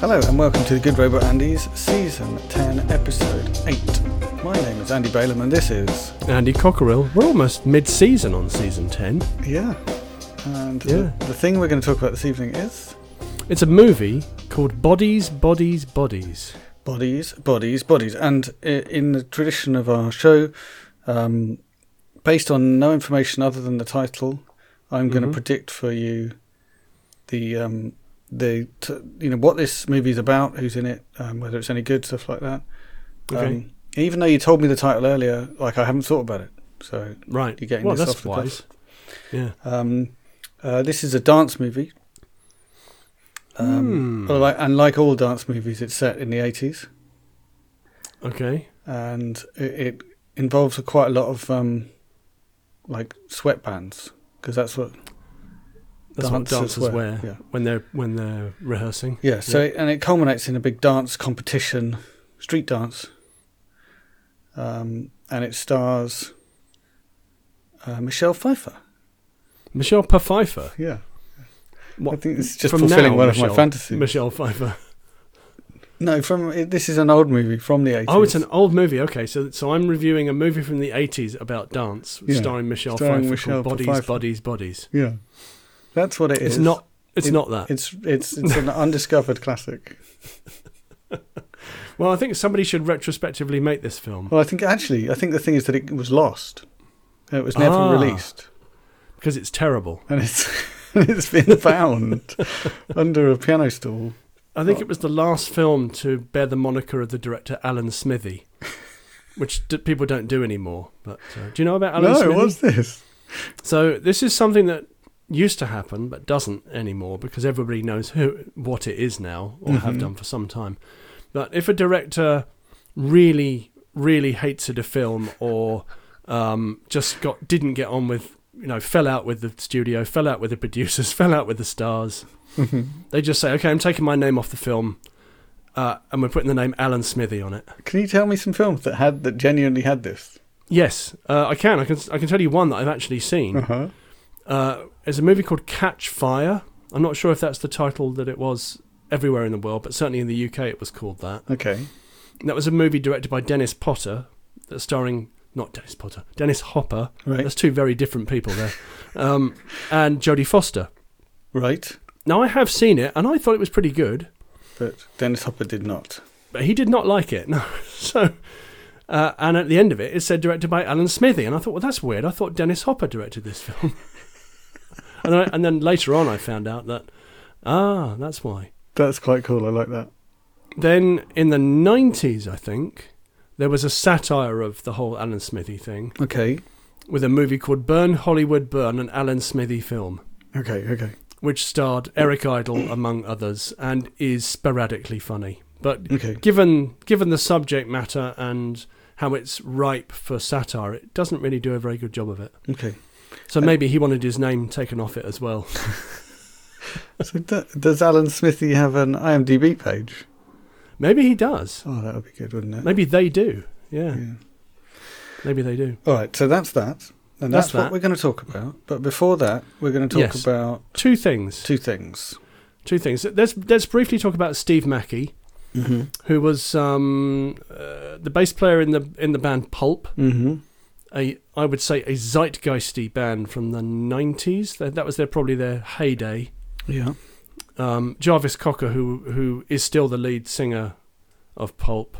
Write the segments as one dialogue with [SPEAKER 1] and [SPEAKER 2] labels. [SPEAKER 1] Hello and welcome to the Good Robot Andy's Season 10, Episode 8. My name is Andy Balaam and this is.
[SPEAKER 2] Andy Cockerill. We're almost mid season on season 10.
[SPEAKER 1] Yeah. And
[SPEAKER 2] Yeah.
[SPEAKER 1] The, the thing we're going to talk about this evening is.
[SPEAKER 2] It's a movie called Bodies, Bodies, Bodies.
[SPEAKER 1] Bodies, bodies, bodies. And i- in the tradition of our show, um, based on no information other than the title, I'm going to
[SPEAKER 2] Mhm.
[SPEAKER 1] predict for you the um, the t- you know what this movie's about, who's in it, um, whether it's any good, stuff like that.
[SPEAKER 2] Okay.
[SPEAKER 1] Um, even though you told me the title earlier, like I haven't thought about it. So
[SPEAKER 2] Right.
[SPEAKER 1] you're getting
[SPEAKER 2] well,
[SPEAKER 1] this
[SPEAKER 2] that's
[SPEAKER 1] off the
[SPEAKER 2] wise.
[SPEAKER 1] cuff.
[SPEAKER 2] Yeah.
[SPEAKER 1] Um, uh, this is a dance movie. Um,
[SPEAKER 2] Hmm.
[SPEAKER 1] although I- and like all dance movies, it's set in the 80s.
[SPEAKER 2] Okay.
[SPEAKER 1] and it, it involves a quite a lot of um, like sweatbands because that's what
[SPEAKER 2] That's what dancers wear,
[SPEAKER 1] Yeah,
[SPEAKER 2] when they're when they're rehearsing.
[SPEAKER 1] yeah. So It, and it culminates in a big dance competition, street dance, um, and it stars uh, Michelle Pfeiffer.
[SPEAKER 2] Michelle Pfeiffer.
[SPEAKER 1] Yeah,
[SPEAKER 2] What-
[SPEAKER 1] I think it's just
[SPEAKER 2] from
[SPEAKER 1] fulfilling
[SPEAKER 2] now,
[SPEAKER 1] one of
[SPEAKER 2] Michelle,
[SPEAKER 1] my fantasies.
[SPEAKER 2] Michelle Pfeiffer.
[SPEAKER 1] no, from it- this is an old movie from the eighties.
[SPEAKER 2] Oh, it's an old movie. Okay, so so I'm reviewing a movie from the 80s about dance,
[SPEAKER 1] Yeah.
[SPEAKER 2] starring Michelle
[SPEAKER 1] Starring
[SPEAKER 2] Pfeiffer
[SPEAKER 1] Michelle
[SPEAKER 2] called Bodies,
[SPEAKER 1] Pfeiffer.
[SPEAKER 2] Bodies, Bodies.
[SPEAKER 1] yeah. That's what it
[SPEAKER 2] It's
[SPEAKER 1] is.
[SPEAKER 2] not. It's
[SPEAKER 1] It-
[SPEAKER 2] not that.
[SPEAKER 1] It's it's it's an undiscovered classic.
[SPEAKER 2] well, I think somebody should retrospectively make this film
[SPEAKER 1] Well, I think actually, I think the thing is that it was lost. It was never
[SPEAKER 2] Ah.
[SPEAKER 1] released,
[SPEAKER 2] because it's terrible.
[SPEAKER 1] and it's it's been found under a piano stool.
[SPEAKER 2] I think
[SPEAKER 1] Oh.
[SPEAKER 2] it was the last film to bear the moniker of the director Alan Smithy, which d- people don't do anymore. But uh, do you know about Alan
[SPEAKER 1] no,
[SPEAKER 2] Smithy?
[SPEAKER 1] what's this?
[SPEAKER 2] So this is something that used to happen but doesn't anymore because everybody knows who what it is now or have
[SPEAKER 1] Mhm.
[SPEAKER 2] done for some time. But if a director really really hated a film or um, just got didn't get on with you know fell out with the studio, fell out with the producers, fell out with the stars, Mm-hmm.
[SPEAKER 1] Can
[SPEAKER 2] they just say, okay, I'm taking my name off the film, uh, and we're putting the name Alan Smithy on it.
[SPEAKER 1] you tell me some films that had that genuinely had this?
[SPEAKER 2] Yes, uh, I can. I can. I can tell you one that I've actually
[SPEAKER 1] Uh
[SPEAKER 2] seen.
[SPEAKER 1] huh.
[SPEAKER 2] Uh, it's a movie called Catch Fire. I'm not sure if that's the title that it was everywhere in the world, but certainly in the UK it was called that.
[SPEAKER 1] Okay.
[SPEAKER 2] And that was a movie directed by Dennis Potter, that's starring not Dennis Potter, Dennis Hopper.
[SPEAKER 1] Right.
[SPEAKER 2] That's two very different people there, um, and Jodie Foster.
[SPEAKER 1] Right.
[SPEAKER 2] Now I have seen it, and I thought it was pretty good.
[SPEAKER 1] But Dennis Hopper did not.
[SPEAKER 2] but he did not like it. No, so uh, and at the end of it, it said directed by Alan Smithy, and I thought, well, that's weird. I thought Dennis Hopper directed this film, and I, and then later on, I found out that ah, that's why.
[SPEAKER 1] That's quite cool. I like that.
[SPEAKER 2] Then in the nineties, I think there was a satire of the whole Alan Smithy thing
[SPEAKER 1] Okay.
[SPEAKER 2] with a movie called Burn Hollywood Burn, an Alan Smithy film.
[SPEAKER 1] Okay. Okay.
[SPEAKER 2] Which starred Eric Idle among others and is sporadically funny. But
[SPEAKER 1] Okay.
[SPEAKER 2] given given the subject matter and how it's ripe for satire, it doesn't really do a very good job of it.
[SPEAKER 1] Okay.
[SPEAKER 2] So maybe he wanted his name taken off it as well.
[SPEAKER 1] So d- does Alan Smithy have an IMDb page?
[SPEAKER 2] Maybe he does.
[SPEAKER 1] Oh, that would be good, wouldn't it?
[SPEAKER 2] Maybe they do. Yeah,
[SPEAKER 1] Yeah.
[SPEAKER 2] maybe they do.
[SPEAKER 1] All right, so that's that. And that's,
[SPEAKER 2] That's
[SPEAKER 1] what
[SPEAKER 2] that.
[SPEAKER 1] we're going to talk about. But before that, we're going to talk
[SPEAKER 2] Yes.
[SPEAKER 1] about
[SPEAKER 2] Two things.
[SPEAKER 1] two things.
[SPEAKER 2] Two things. Let's let's briefly talk about Steve Mackey,
[SPEAKER 1] Mm-hmm.
[SPEAKER 2] who was um, uh, the bass player in the in the band Pulp.
[SPEAKER 1] Mm-hmm.
[SPEAKER 2] A I would say a zeitgeisty band from the nineties. That, that was their probably their heyday.
[SPEAKER 1] Yeah.
[SPEAKER 2] um, Jarvis Cocker, who who is still the lead singer of Pulp,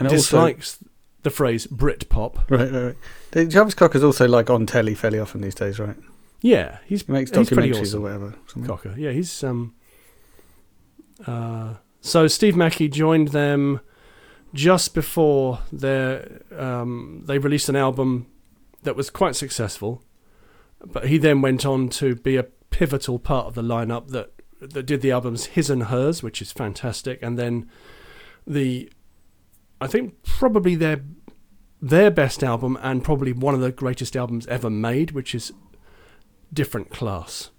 [SPEAKER 1] And
[SPEAKER 2] dislikes the phrase Britpop.
[SPEAKER 1] also, right, right, right. The- Jarvis Cocker's also like on telly fairly often these days, right?
[SPEAKER 2] Yeah, he's
[SPEAKER 1] He makes
[SPEAKER 2] He's pretty
[SPEAKER 1] documentaries
[SPEAKER 2] awesome.
[SPEAKER 1] or whatever. something.
[SPEAKER 2] Cocker. Yeah, he's um. Uh, so Steve Mackey joined them just before their um, they released an album that was quite successful, but he then went on to be a pivotal part of the lineup that that did the albums His and Hers, which is fantastic, and then the I think probably their their best album and probably one of the greatest albums ever made, which is Different Class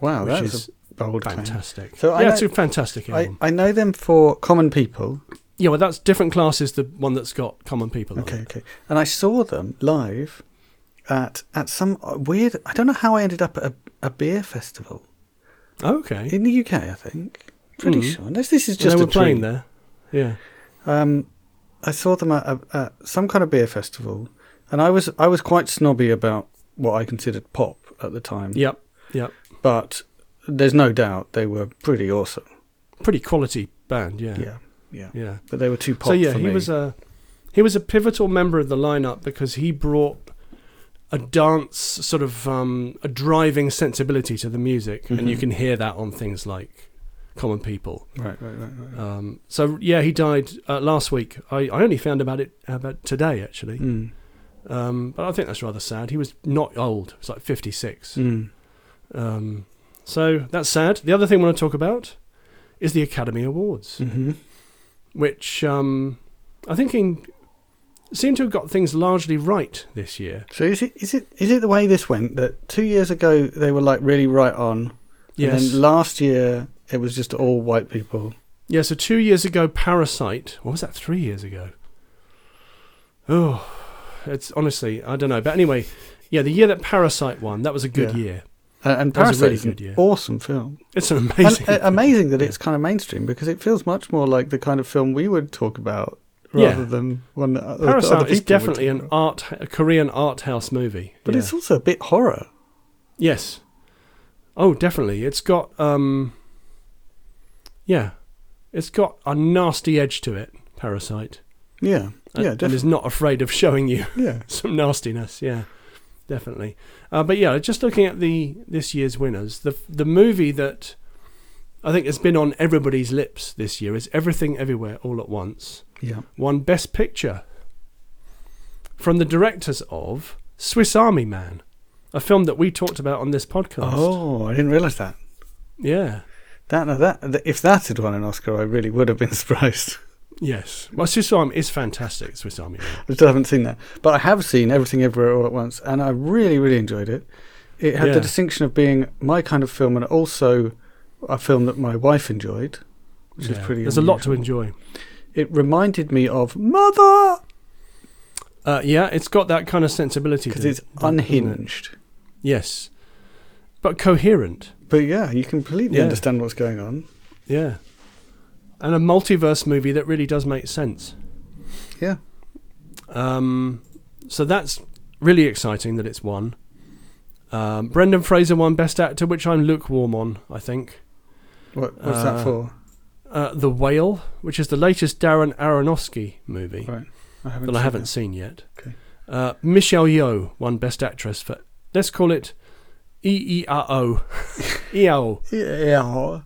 [SPEAKER 1] Wow,
[SPEAKER 2] which
[SPEAKER 1] that's
[SPEAKER 2] is
[SPEAKER 1] Oh, a bold claim.
[SPEAKER 2] fantastic.
[SPEAKER 1] So I
[SPEAKER 2] yeah,
[SPEAKER 1] know-
[SPEAKER 2] it's a fantastic
[SPEAKER 1] I,
[SPEAKER 2] album.
[SPEAKER 1] I know them for Common People.
[SPEAKER 2] yeah, well, that's different class is the one that's got common people.
[SPEAKER 1] Okay,
[SPEAKER 2] on it.
[SPEAKER 1] okay. And I saw them live at at some weird. I don't know how I ended up at a, a beer festival
[SPEAKER 2] Oh, okay,
[SPEAKER 1] in the UK. I think pretty
[SPEAKER 2] Mm.
[SPEAKER 1] sure. Unless this is
[SPEAKER 2] they
[SPEAKER 1] just
[SPEAKER 2] were
[SPEAKER 1] a dream.
[SPEAKER 2] playing there. Yeah.
[SPEAKER 1] Um, I saw them at, a, at some kind of beer festival, and I was I was quite snobby about what I considered pop at the time.
[SPEAKER 2] Yep.
[SPEAKER 1] But there's no doubt they were pretty awesome.
[SPEAKER 2] Pretty quality band. Yeah.
[SPEAKER 1] Yeah, yeah.
[SPEAKER 2] Yeah.
[SPEAKER 1] But they were too pop.
[SPEAKER 2] so yeah,
[SPEAKER 1] for
[SPEAKER 2] he
[SPEAKER 1] me.
[SPEAKER 2] was a he was a pivotal member of the lineup because he brought a dance sort of um, a driving sensibility to the music, and you
[SPEAKER 1] Mhm.
[SPEAKER 2] can hear that on things like Common People.
[SPEAKER 1] right, right, right, right.
[SPEAKER 2] Um, so yeah, he died uh, last week. I, I only found about it about today actually,
[SPEAKER 1] Mm.
[SPEAKER 2] um, but I think that's rather sad. He was not old; it's like fifty six.
[SPEAKER 1] Mm.
[SPEAKER 2] Um, so that's sad. The other thing I want to talk about is the Academy Awards,
[SPEAKER 1] hmm
[SPEAKER 2] which um, I think in, seem to have got things largely right this year.
[SPEAKER 1] So is it is it is it the way this went that two years ago they were like really right on, and
[SPEAKER 2] Yes.
[SPEAKER 1] then last year it was just all white people.
[SPEAKER 2] yeah. So two years ago, Parasite. What was that? Three years ago. Oh, it's honestly I don't know. But anyway, yeah, the year that Parasite won, that was a good
[SPEAKER 1] Yeah.
[SPEAKER 2] year.
[SPEAKER 1] And, and
[SPEAKER 2] That
[SPEAKER 1] Parasite
[SPEAKER 2] was a really
[SPEAKER 1] is an
[SPEAKER 2] good year.
[SPEAKER 1] awesome film.
[SPEAKER 2] It's an
[SPEAKER 1] And,
[SPEAKER 2] amazing.
[SPEAKER 1] uh, amazing that
[SPEAKER 2] Yeah.
[SPEAKER 1] it's kind of mainstream because it feels much more like the kind of film we would talk about
[SPEAKER 2] Yeah.
[SPEAKER 1] rather than one that other, other
[SPEAKER 2] Parasite
[SPEAKER 1] people
[SPEAKER 2] is
[SPEAKER 1] would
[SPEAKER 2] definitely
[SPEAKER 1] talk
[SPEAKER 2] an
[SPEAKER 1] about.
[SPEAKER 2] art, a Korean art house movie.
[SPEAKER 1] But
[SPEAKER 2] Yeah.
[SPEAKER 1] it's also a bit horror.
[SPEAKER 2] Yes. Oh, definitely. It's got um Yeah. It's got a nasty edge to it, Parasite.
[SPEAKER 1] Yeah,
[SPEAKER 2] And-
[SPEAKER 1] yeah,
[SPEAKER 2] Uh, And
[SPEAKER 1] definitely.
[SPEAKER 2] is not afraid of showing you
[SPEAKER 1] Yeah,
[SPEAKER 2] some nastiness, yeah. Definitely. Uh, but yeah, just looking at the this year's winners, the the movie that I think has been on everybody's lips this year is Everything Everywhere All at Once.
[SPEAKER 1] yeah.
[SPEAKER 2] Won Best Picture from the directors of Swiss Army Man, a film that we talked about on this podcast.
[SPEAKER 1] Oh, I didn't realize that.
[SPEAKER 2] Yeah.
[SPEAKER 1] That, now that that if that had won an Oscar, I really would have been surprised.
[SPEAKER 2] Yes. Well, Swiss Army is fantastic. Swiss Army. Man.
[SPEAKER 1] I still haven't seen that, but I have seen Everything Everywhere All at Once, and I really, really enjoyed it. It had
[SPEAKER 2] Yeah.
[SPEAKER 1] the distinction of being my kind of film, and also a film that my wife enjoyed, which is
[SPEAKER 2] Yeah.
[SPEAKER 1] pretty.
[SPEAKER 2] There's a lot to
[SPEAKER 1] unusual.
[SPEAKER 2] enjoy.
[SPEAKER 1] It reminded me of Mother
[SPEAKER 2] Uh, yeah, it's got that kind of sensibility.
[SPEAKER 1] because
[SPEAKER 2] to
[SPEAKER 1] it's
[SPEAKER 2] it, doesn't it?
[SPEAKER 1] unhinged.
[SPEAKER 2] Yes, but coherent.
[SPEAKER 1] But yeah, you completely
[SPEAKER 2] Yeah.
[SPEAKER 1] understand what's going on.
[SPEAKER 2] Yeah, and a multiverse movie that really does make sense.
[SPEAKER 1] Yeah.
[SPEAKER 2] Um, so that's really exciting that it's won. Um, Brendan Fraser won Best Actor, which I'm lukewarm on. I think
[SPEAKER 1] What, what's
[SPEAKER 2] Uh,
[SPEAKER 1] that for?
[SPEAKER 2] uh, The Whale, which is the latest Darren Aronofsky movie.
[SPEAKER 1] Right. I haven't.
[SPEAKER 2] that I
[SPEAKER 1] seen
[SPEAKER 2] haven't
[SPEAKER 1] that.
[SPEAKER 2] seen yet.
[SPEAKER 1] Okay.
[SPEAKER 2] Uh, Michelle Yeoh won Best Actress for let's call it E E R O E O.
[SPEAKER 1] Yeah. oh,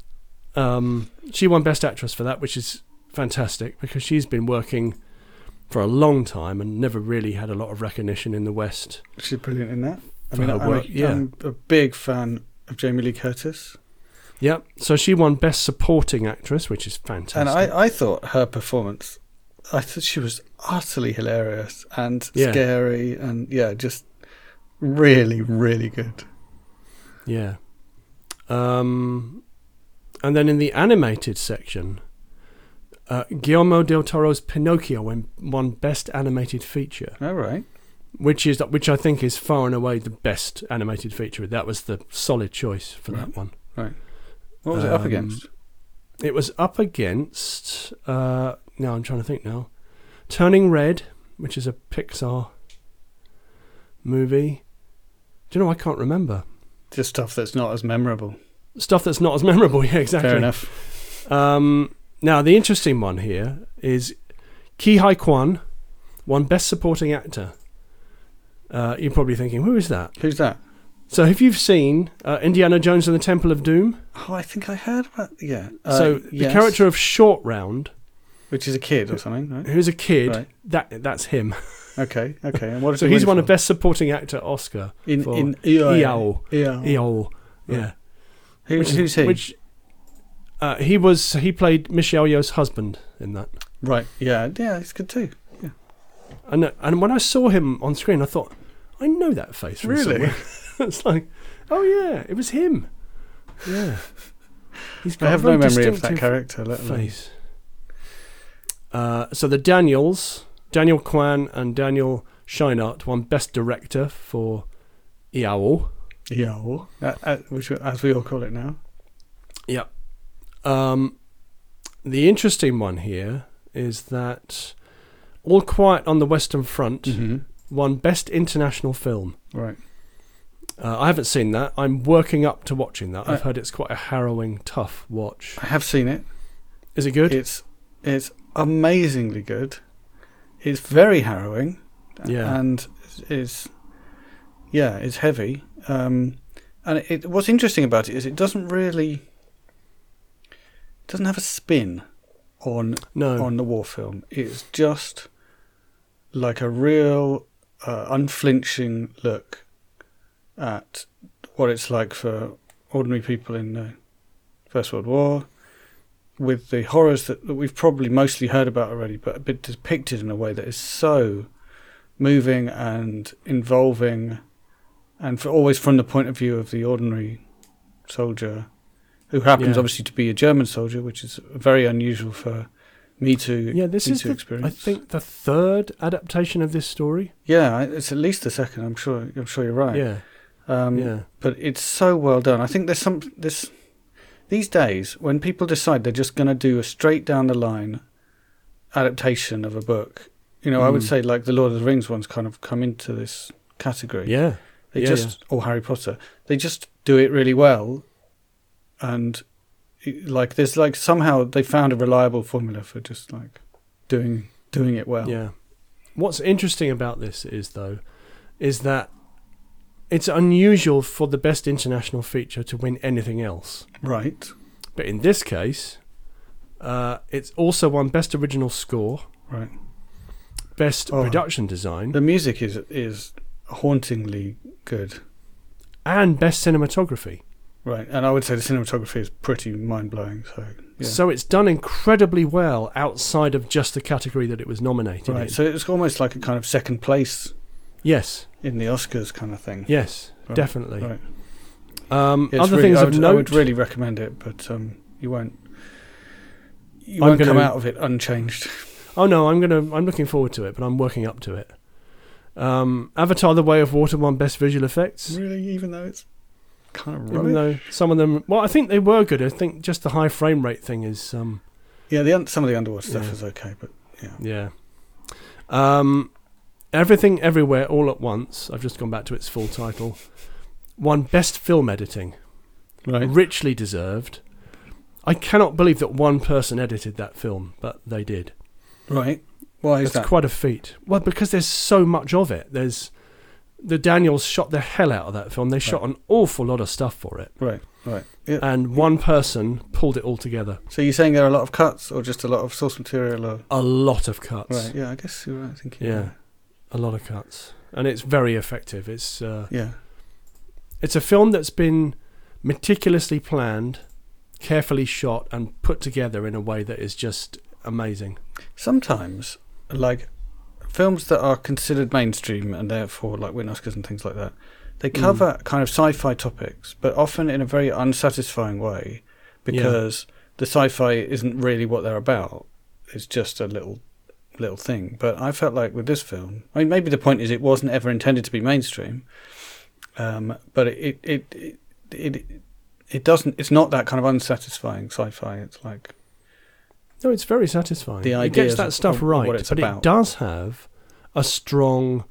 [SPEAKER 2] Um, she won Best Actress for that, which is fantastic because she's been working for a long time and never really had a lot of recognition in the West.
[SPEAKER 1] She's brilliant in that. I
[SPEAKER 2] For
[SPEAKER 1] mean,
[SPEAKER 2] her
[SPEAKER 1] I'm,
[SPEAKER 2] work,
[SPEAKER 1] a,
[SPEAKER 2] yeah.
[SPEAKER 1] I'm a big fan of Jamie Lee Curtis,
[SPEAKER 2] Yep. So she won Best Supporting Actress, which is
[SPEAKER 1] and
[SPEAKER 2] fantastic.
[SPEAKER 1] I, I thought her performance, I thought she was utterly hilarious and
[SPEAKER 2] Yeah.
[SPEAKER 1] scary, and yeah, just really, really good.
[SPEAKER 2] Yeah. Um, and then in the animated section, uh, Guillermo del Toro's Pinocchio won, won Best Animated Feature,
[SPEAKER 1] All right.
[SPEAKER 2] which is which I think is far and away the best animated feature. That was the solid choice for
[SPEAKER 1] Mm-hmm.
[SPEAKER 2] that one.
[SPEAKER 1] What was it up
[SPEAKER 2] Um,
[SPEAKER 1] against?
[SPEAKER 2] It was up against. Uh, now I'm trying to think now. Turning Red, which is a Pixar movie. Do you know I can't remember
[SPEAKER 1] Just stuff that's not as memorable.
[SPEAKER 2] stuff that's not as memorable. Yeah, exactly.
[SPEAKER 1] Fair enough.
[SPEAKER 2] Um, now, the interesting one here is Ki Hai Kwan won Best Supporting Actor. Uh, you're probably thinking, who is that?
[SPEAKER 1] Who's that?
[SPEAKER 2] So, if you've seen uh, Indiana Jones and the Temple of Doom,
[SPEAKER 1] Oh, I think I heard about. Yeah. Uh,
[SPEAKER 2] so the
[SPEAKER 1] yes,
[SPEAKER 2] character of Short Round,
[SPEAKER 1] which is a kid or something, right?
[SPEAKER 2] who's a kid,
[SPEAKER 1] Right.
[SPEAKER 2] that that's him.
[SPEAKER 1] Okay. Okay. And what?
[SPEAKER 2] So he's won a Best Supporting Actor Oscar.
[SPEAKER 1] in
[SPEAKER 2] for E
[SPEAKER 1] in E EO.
[SPEAKER 2] Eow.
[SPEAKER 1] EO.
[SPEAKER 2] Eow.
[SPEAKER 1] Oh. Right.
[SPEAKER 2] Yeah.
[SPEAKER 1] Who,
[SPEAKER 2] Which is-
[SPEAKER 1] who's he?
[SPEAKER 2] Which, uh, he was he played Michelle Yeoh's husband in that.
[SPEAKER 1] Right. Yeah. Yeah. It's good too.
[SPEAKER 2] And uh, and when I saw him on screen, I thought, I know that face. From
[SPEAKER 1] Really?
[SPEAKER 2] somewhere." it's like, oh yeah, it was him. Yeah, he's
[SPEAKER 1] I
[SPEAKER 2] a
[SPEAKER 1] have
[SPEAKER 2] very
[SPEAKER 1] no memory of that
[SPEAKER 2] distinctive
[SPEAKER 1] character. Let alone.
[SPEAKER 2] face. Uh, so the Daniels, Daniel Kwan and Daniel Scheinert won Best Director for Iao.
[SPEAKER 1] E Yeah. Uh, uh, which, as we all call it now.
[SPEAKER 2] Um, the interesting one here is that All Quiet on the Western Front
[SPEAKER 1] Mm-hmm.
[SPEAKER 2] won Best International Film.
[SPEAKER 1] Right.
[SPEAKER 2] Uh, I haven't seen that. I'm working up to watching that. I've
[SPEAKER 1] I-
[SPEAKER 2] heard it's quite a harrowing, tough watch.
[SPEAKER 1] I have seen it.
[SPEAKER 2] Is it good?
[SPEAKER 1] It's it's amazingly good. It's very harrowing.
[SPEAKER 2] Yeah.
[SPEAKER 1] And is yeah, it's heavy. Um, and it, what's interesting about it is it doesn't really doesn't have a spin on
[SPEAKER 2] no.
[SPEAKER 1] on the war film. It's just like a real uh, unflinching look at what it's like for ordinary people in the First World War, with the horrors that, that we've probably mostly heard about already, but a bit depicted in a way that is so moving and involving, and for always from the point of view of the ordinary soldier, who happens
[SPEAKER 2] Yeah.
[SPEAKER 1] obviously to be a German soldier, which is very unusual for me to
[SPEAKER 2] Yeah, this
[SPEAKER 1] me
[SPEAKER 2] is
[SPEAKER 1] to
[SPEAKER 2] the, I
[SPEAKER 1] experience.
[SPEAKER 2] think the third adaptation of this story.
[SPEAKER 1] Yeah, I- it's at least the second. I'm sure. I'm sure you're right.
[SPEAKER 2] Yeah.
[SPEAKER 1] Um,
[SPEAKER 2] yeah.
[SPEAKER 1] But it's so well done. I think there's some this these days when people decide they're just going to do a straight down the line adaptation of a book. You know, I would
[SPEAKER 2] Mm.
[SPEAKER 1] say like the Lord of the Rings ones kind of come into this category.
[SPEAKER 2] Yeah.
[SPEAKER 1] They
[SPEAKER 2] Yeah,
[SPEAKER 1] just or Harry Potter. They just do it really well, and it- like there's like somehow they found a reliable formula for just like doing doing it well.
[SPEAKER 2] Yeah. What's interesting about this is though, is that it's unusual for the best international feature to win anything else.
[SPEAKER 1] Right.
[SPEAKER 2] But in this case, uh, it's also won best original score,
[SPEAKER 1] Right.
[SPEAKER 2] best
[SPEAKER 1] Oh.
[SPEAKER 2] production design,
[SPEAKER 1] The music is is hauntingly good,
[SPEAKER 2] and best cinematography.
[SPEAKER 1] right? And I would say the cinematography is pretty mind blowing. So, yeah.
[SPEAKER 2] So it's done incredibly well outside of just the category that it was nominated in.
[SPEAKER 1] right, so it's almost like a kind of second place
[SPEAKER 2] yes,
[SPEAKER 1] in the Oscars kind of thing.
[SPEAKER 2] yes,
[SPEAKER 1] Right,
[SPEAKER 2] definitely.
[SPEAKER 1] right.
[SPEAKER 2] Um,
[SPEAKER 1] It's
[SPEAKER 2] other
[SPEAKER 1] really-
[SPEAKER 2] things
[SPEAKER 1] I
[SPEAKER 2] of
[SPEAKER 1] would,
[SPEAKER 2] note.
[SPEAKER 1] I would really recommend it, but um, you won't. You
[SPEAKER 2] I'm
[SPEAKER 1] won't
[SPEAKER 2] gonna-
[SPEAKER 1] come out of it unchanged.
[SPEAKER 2] Oh no, I'm gonna. I'm looking forward to it, but I'm working up to it. Um, Avatar: The Way of Water won Best Visual Effects,
[SPEAKER 1] really, even though it's kind of rubbish.
[SPEAKER 2] even though some of them. Well, I think they were good. I think just the high frame rate thing is. Um,
[SPEAKER 1] yeah, the un- some of the underwater stuff
[SPEAKER 2] Yeah.
[SPEAKER 1] is okay, but
[SPEAKER 2] yeah. Um, Everything Everywhere All at Once. I've just gone back to its full title. Won Best Film Editing,
[SPEAKER 1] right,
[SPEAKER 2] richly deserved. I cannot believe that one person edited that film, but they did.
[SPEAKER 1] right. Why is
[SPEAKER 2] That's
[SPEAKER 1] that?
[SPEAKER 2] quite a feat. Well, because there's so much of it. There's the Daniels shot the hell out of that film. They shot an awful lot of stuff for it,
[SPEAKER 1] right, right. Yeah.
[SPEAKER 2] and one person pulled it all together.
[SPEAKER 1] so you're saying there are a lot of cuts, or just a lot of source material, or
[SPEAKER 2] A lot of cuts.
[SPEAKER 1] right? Yeah, I guess you're right. I think
[SPEAKER 2] Yeah. A lot of cuts, and it's very effective. It's uh,
[SPEAKER 1] yeah.
[SPEAKER 2] it's a film that's been meticulously planned, carefully shot, and put together in a way that is just amazing.
[SPEAKER 1] sometimes like films that are considered mainstream and therefore like win Oscars and things like that, they
[SPEAKER 2] Mm.
[SPEAKER 1] cover kind of sci-fi topics, but often in a very unsatisfying way because the sci-fi isn't really what they're about. It's just a little little thing. But I felt like with this film, I mean, maybe the point is it wasn't ever intended to be mainstream, um, but it it it. it, it it doesn't. It's not that kind of unsatisfying sci-fi. It's like
[SPEAKER 2] No, it's very satisfying.
[SPEAKER 1] The
[SPEAKER 2] it
[SPEAKER 1] ideas
[SPEAKER 2] gets that
[SPEAKER 1] of-
[SPEAKER 2] stuff
[SPEAKER 1] of
[SPEAKER 2] right,
[SPEAKER 1] what it's
[SPEAKER 2] but it
[SPEAKER 1] about.
[SPEAKER 2] does have a strong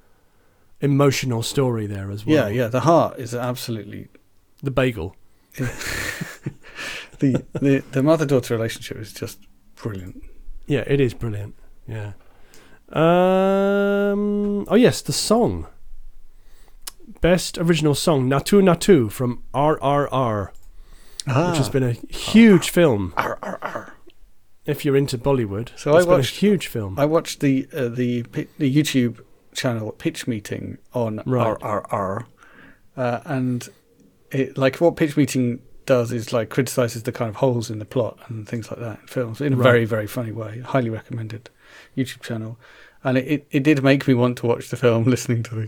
[SPEAKER 2] emotional story there as well.
[SPEAKER 1] yeah, yeah. The heart is absolutely
[SPEAKER 2] The bagel.
[SPEAKER 1] the the, the mother daughter relationship is just brilliant.
[SPEAKER 2] Yeah, it is brilliant. Yeah. Um. Oh yes, the song. Best original song, Natu Natu from RRR,
[SPEAKER 1] Ah.
[SPEAKER 2] which has been a huge film.
[SPEAKER 1] Arr, arr, arr.
[SPEAKER 2] If you're into Bollywood,
[SPEAKER 1] So I
[SPEAKER 2] it's been
[SPEAKER 1] watched-
[SPEAKER 2] a huge film.
[SPEAKER 1] I watched the uh, the pi- the YouTube channel pitch meeting on
[SPEAKER 2] Right.
[SPEAKER 1] RRR, uh, and it like what pitch meeting does is like criticizes the kind of holes in the plot and things like that in films in a
[SPEAKER 2] Right.
[SPEAKER 1] very very funny way. Highly recommended YouTube channel, and it, it, it did make me want to watch the film listening to the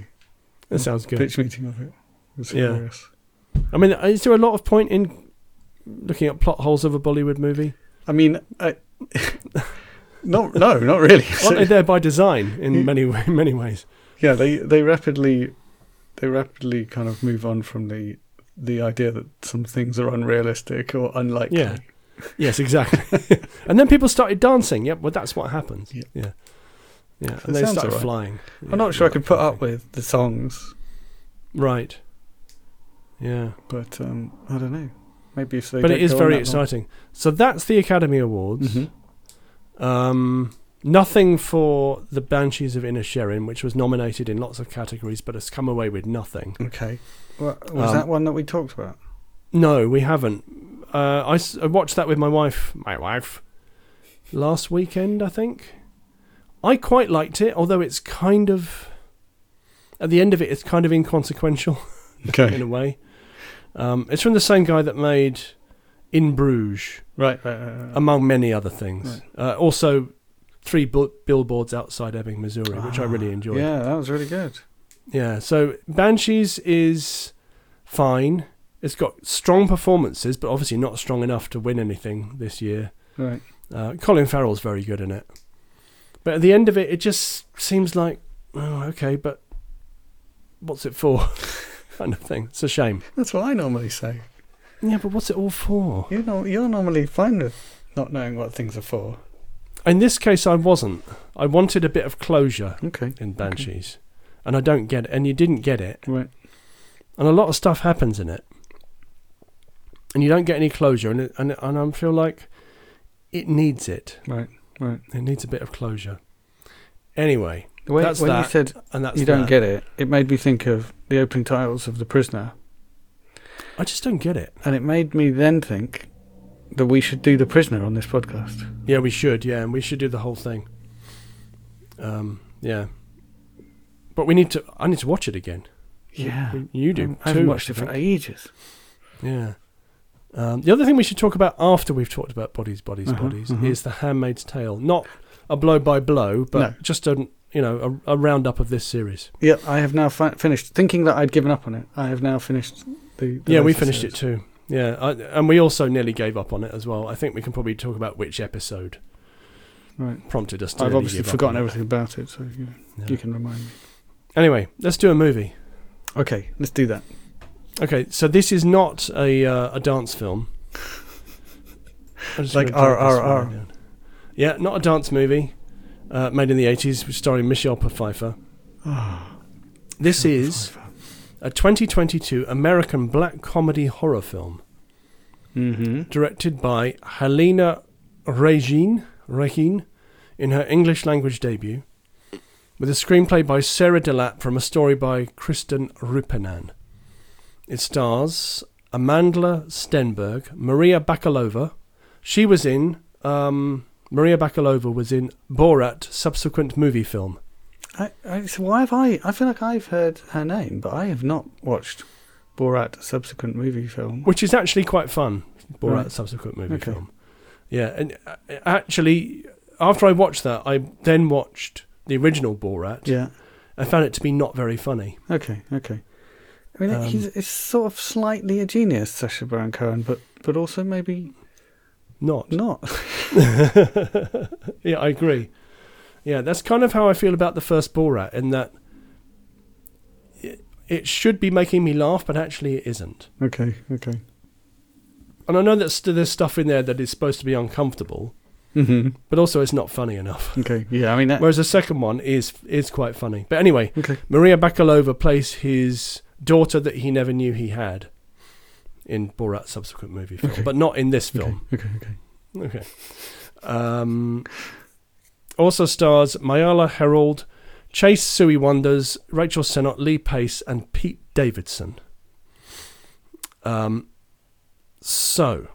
[SPEAKER 2] that sounds good.
[SPEAKER 1] pitch meeting of it. It was
[SPEAKER 2] Yeah.
[SPEAKER 1] hilarious.
[SPEAKER 2] I mean, uh, is there a lot of point in looking at plot holes of a Bollywood movie?
[SPEAKER 1] I mean, I, not no, not really.
[SPEAKER 2] Aren't they there by design in many in many ways?
[SPEAKER 1] yeah they they rapidly they rapidly kind of move on from the the idea that some things are unrealistic or unlikely
[SPEAKER 2] Yeah. Yes, exactly. and then people started dancing. Yep, well, that's what happens.
[SPEAKER 1] Yep.
[SPEAKER 2] Yeah. Yeah,
[SPEAKER 1] That
[SPEAKER 2] and they
[SPEAKER 1] sounds
[SPEAKER 2] started
[SPEAKER 1] alright.
[SPEAKER 2] flying. Yeah,
[SPEAKER 1] I'm not sure I
[SPEAKER 2] like
[SPEAKER 1] could put
[SPEAKER 2] flying.
[SPEAKER 1] up with the songs,
[SPEAKER 2] Right. Yeah.
[SPEAKER 1] but um, I don't know. Maybe if they
[SPEAKER 2] but
[SPEAKER 1] don't
[SPEAKER 2] it is
[SPEAKER 1] go on
[SPEAKER 2] very
[SPEAKER 1] that long.
[SPEAKER 2] exciting. So that's the Academy Awards.
[SPEAKER 1] Mhm.
[SPEAKER 2] Um, nothing for the Banshees of Inner Sherin, which was nominated in lots of categories, but has come away with nothing.
[SPEAKER 1] Okay. Well, was
[SPEAKER 2] Um,
[SPEAKER 1] that one that we talked about? No,
[SPEAKER 2] No, we haven't. Uh, I, s- I watched that with my wife. My wife. Last weekend, I think. I quite liked it, although it's kind of. At the end of it, it's kind of inconsequential in
[SPEAKER 1] Okay.
[SPEAKER 2] a way. Um, it's from the same guy that made In Bruges.
[SPEAKER 1] right, right, right, right.
[SPEAKER 2] among many other things. Uh, also, three bu- billboards outside Ebbing, Missouri, which I really
[SPEAKER 1] Ah,
[SPEAKER 2] enjoyed.
[SPEAKER 1] Yeah, that was really good.
[SPEAKER 2] Yeah, So Banshees is fine. It's got strong performances, but obviously not strong enough to win anything this year.
[SPEAKER 1] Right.
[SPEAKER 2] Uh, Colin Farrell's very good in it, but at the end of it, it just seems like, oh, okay, but what's it for? kind of thing. It's a shame.
[SPEAKER 1] That's what I normally say.
[SPEAKER 2] Yeah, but what's it all for?
[SPEAKER 1] You know, you're normally fine with not knowing what things are for.
[SPEAKER 2] In this case, I wasn't. I wanted a bit of closure.
[SPEAKER 1] Okay.
[SPEAKER 2] in Banshees, and I don't get it, and you didn't get it,
[SPEAKER 1] Right.
[SPEAKER 2] and a lot of stuff happens in it, and you don't get any closure, and it, and and I feel like it needs it.
[SPEAKER 1] Right. Right.
[SPEAKER 2] It needs a bit of closure. Anyway,
[SPEAKER 1] When,
[SPEAKER 2] That's
[SPEAKER 1] when you
[SPEAKER 2] that.
[SPEAKER 1] said
[SPEAKER 2] and that's
[SPEAKER 1] you don't
[SPEAKER 2] that.
[SPEAKER 1] get it, it made me think of the opening titles of The Prisoner,
[SPEAKER 2] I just don't get it.
[SPEAKER 1] and it made me then think that we should do The Prisoner on this podcast.
[SPEAKER 2] Yeah, we should. Yeah, and we should do the whole thing. Um. Yeah. But we need to. I need to watch it again.
[SPEAKER 1] Yeah.
[SPEAKER 2] We- You do.
[SPEAKER 1] Um, I haven't
[SPEAKER 2] too,
[SPEAKER 1] watched
[SPEAKER 2] I
[SPEAKER 1] it for
[SPEAKER 2] think.
[SPEAKER 1] ages.
[SPEAKER 2] Yeah. Um, the other thing we should talk about after we've talked about bodies, bodies,
[SPEAKER 1] Uh-huh,
[SPEAKER 2] bodies
[SPEAKER 1] uh-huh.
[SPEAKER 2] is the Handmaid's Tale. Not a blow by blow, but
[SPEAKER 1] No.
[SPEAKER 2] just a you know a, a roundup of this series.
[SPEAKER 1] Yeah, I have now fi- finished. Thinking that I'd given up on it, I have now finished the. the
[SPEAKER 2] yeah, we
[SPEAKER 1] latest
[SPEAKER 2] finished
[SPEAKER 1] series.
[SPEAKER 2] it too. Yeah, I, and we also nearly gave up on it as well. I think we can probably talk about which episode
[SPEAKER 1] Right.
[SPEAKER 2] prompted us. to
[SPEAKER 1] I've
[SPEAKER 2] nearly
[SPEAKER 1] obviously
[SPEAKER 2] give up
[SPEAKER 1] forgotten
[SPEAKER 2] on it.
[SPEAKER 1] everything about it, so you,
[SPEAKER 2] Yeah.
[SPEAKER 1] you can remind me.
[SPEAKER 2] Anyway, let's do a movie.
[SPEAKER 1] Okay, let's do that.
[SPEAKER 2] Okay, so this is not a uh, a dance film. I'm just
[SPEAKER 1] Like
[SPEAKER 2] gonna jot this
[SPEAKER 1] RRR.
[SPEAKER 2] one down. Yeah, not a dance movie. Uh, made in the 80s, starring Michelle Pfeiffer. This is a 2022 American black comedy horror film
[SPEAKER 1] Mm-hmm.
[SPEAKER 2] directed by Helena Regine, Regine in her English language debut, with a screenplay by Sarah Delap from a story by Kristen Rupinan. It stars Amandla Stenberg, Maria Bakalova. She was in, um, Maria Bakalova was in Borat subsequent movie film.
[SPEAKER 1] I, I, so why have I? I feel like I've heard her name, but I have not watched Borat subsequent movie film.
[SPEAKER 2] which is actually quite fun. Borat
[SPEAKER 1] Right.
[SPEAKER 2] subsequent movie
[SPEAKER 1] Okay.
[SPEAKER 2] film. Yeah, and uh, actually, after I watched that, I then watched the original Borat.
[SPEAKER 1] Yeah.
[SPEAKER 2] I found it to be not very funny.
[SPEAKER 1] Okay. Okay. I mean,
[SPEAKER 2] Um,
[SPEAKER 1] he's it's sort of slightly a genius, Sacha Baron Cohen, but but also maybe
[SPEAKER 2] Not.
[SPEAKER 1] not.
[SPEAKER 2] yeah, I agree. Yeah, that's kind of how I feel about the first Borat, in that it, it should be making me laugh, but actually it isn't.
[SPEAKER 1] Okay. Okay.
[SPEAKER 2] And I know that st- there's stuff in there that is supposed to be uncomfortable,
[SPEAKER 1] hmm
[SPEAKER 2] but also it's not funny enough.
[SPEAKER 1] Okay. Yeah. I mean that.
[SPEAKER 2] Whereas the second one is is quite funny. But anyway,
[SPEAKER 1] okay.
[SPEAKER 2] Maria Bakalova plays his daughter that he never knew he had in Borat's subsequent movie film,
[SPEAKER 1] Okay.
[SPEAKER 2] but not in this
[SPEAKER 1] Okay.
[SPEAKER 2] film.
[SPEAKER 1] Okay. Okay.
[SPEAKER 2] Okay. Um, also stars Mayala Herold, Chase Suey Wonders, Rachel Sennott, Lee Pace, and Pete Davidson. Um, so,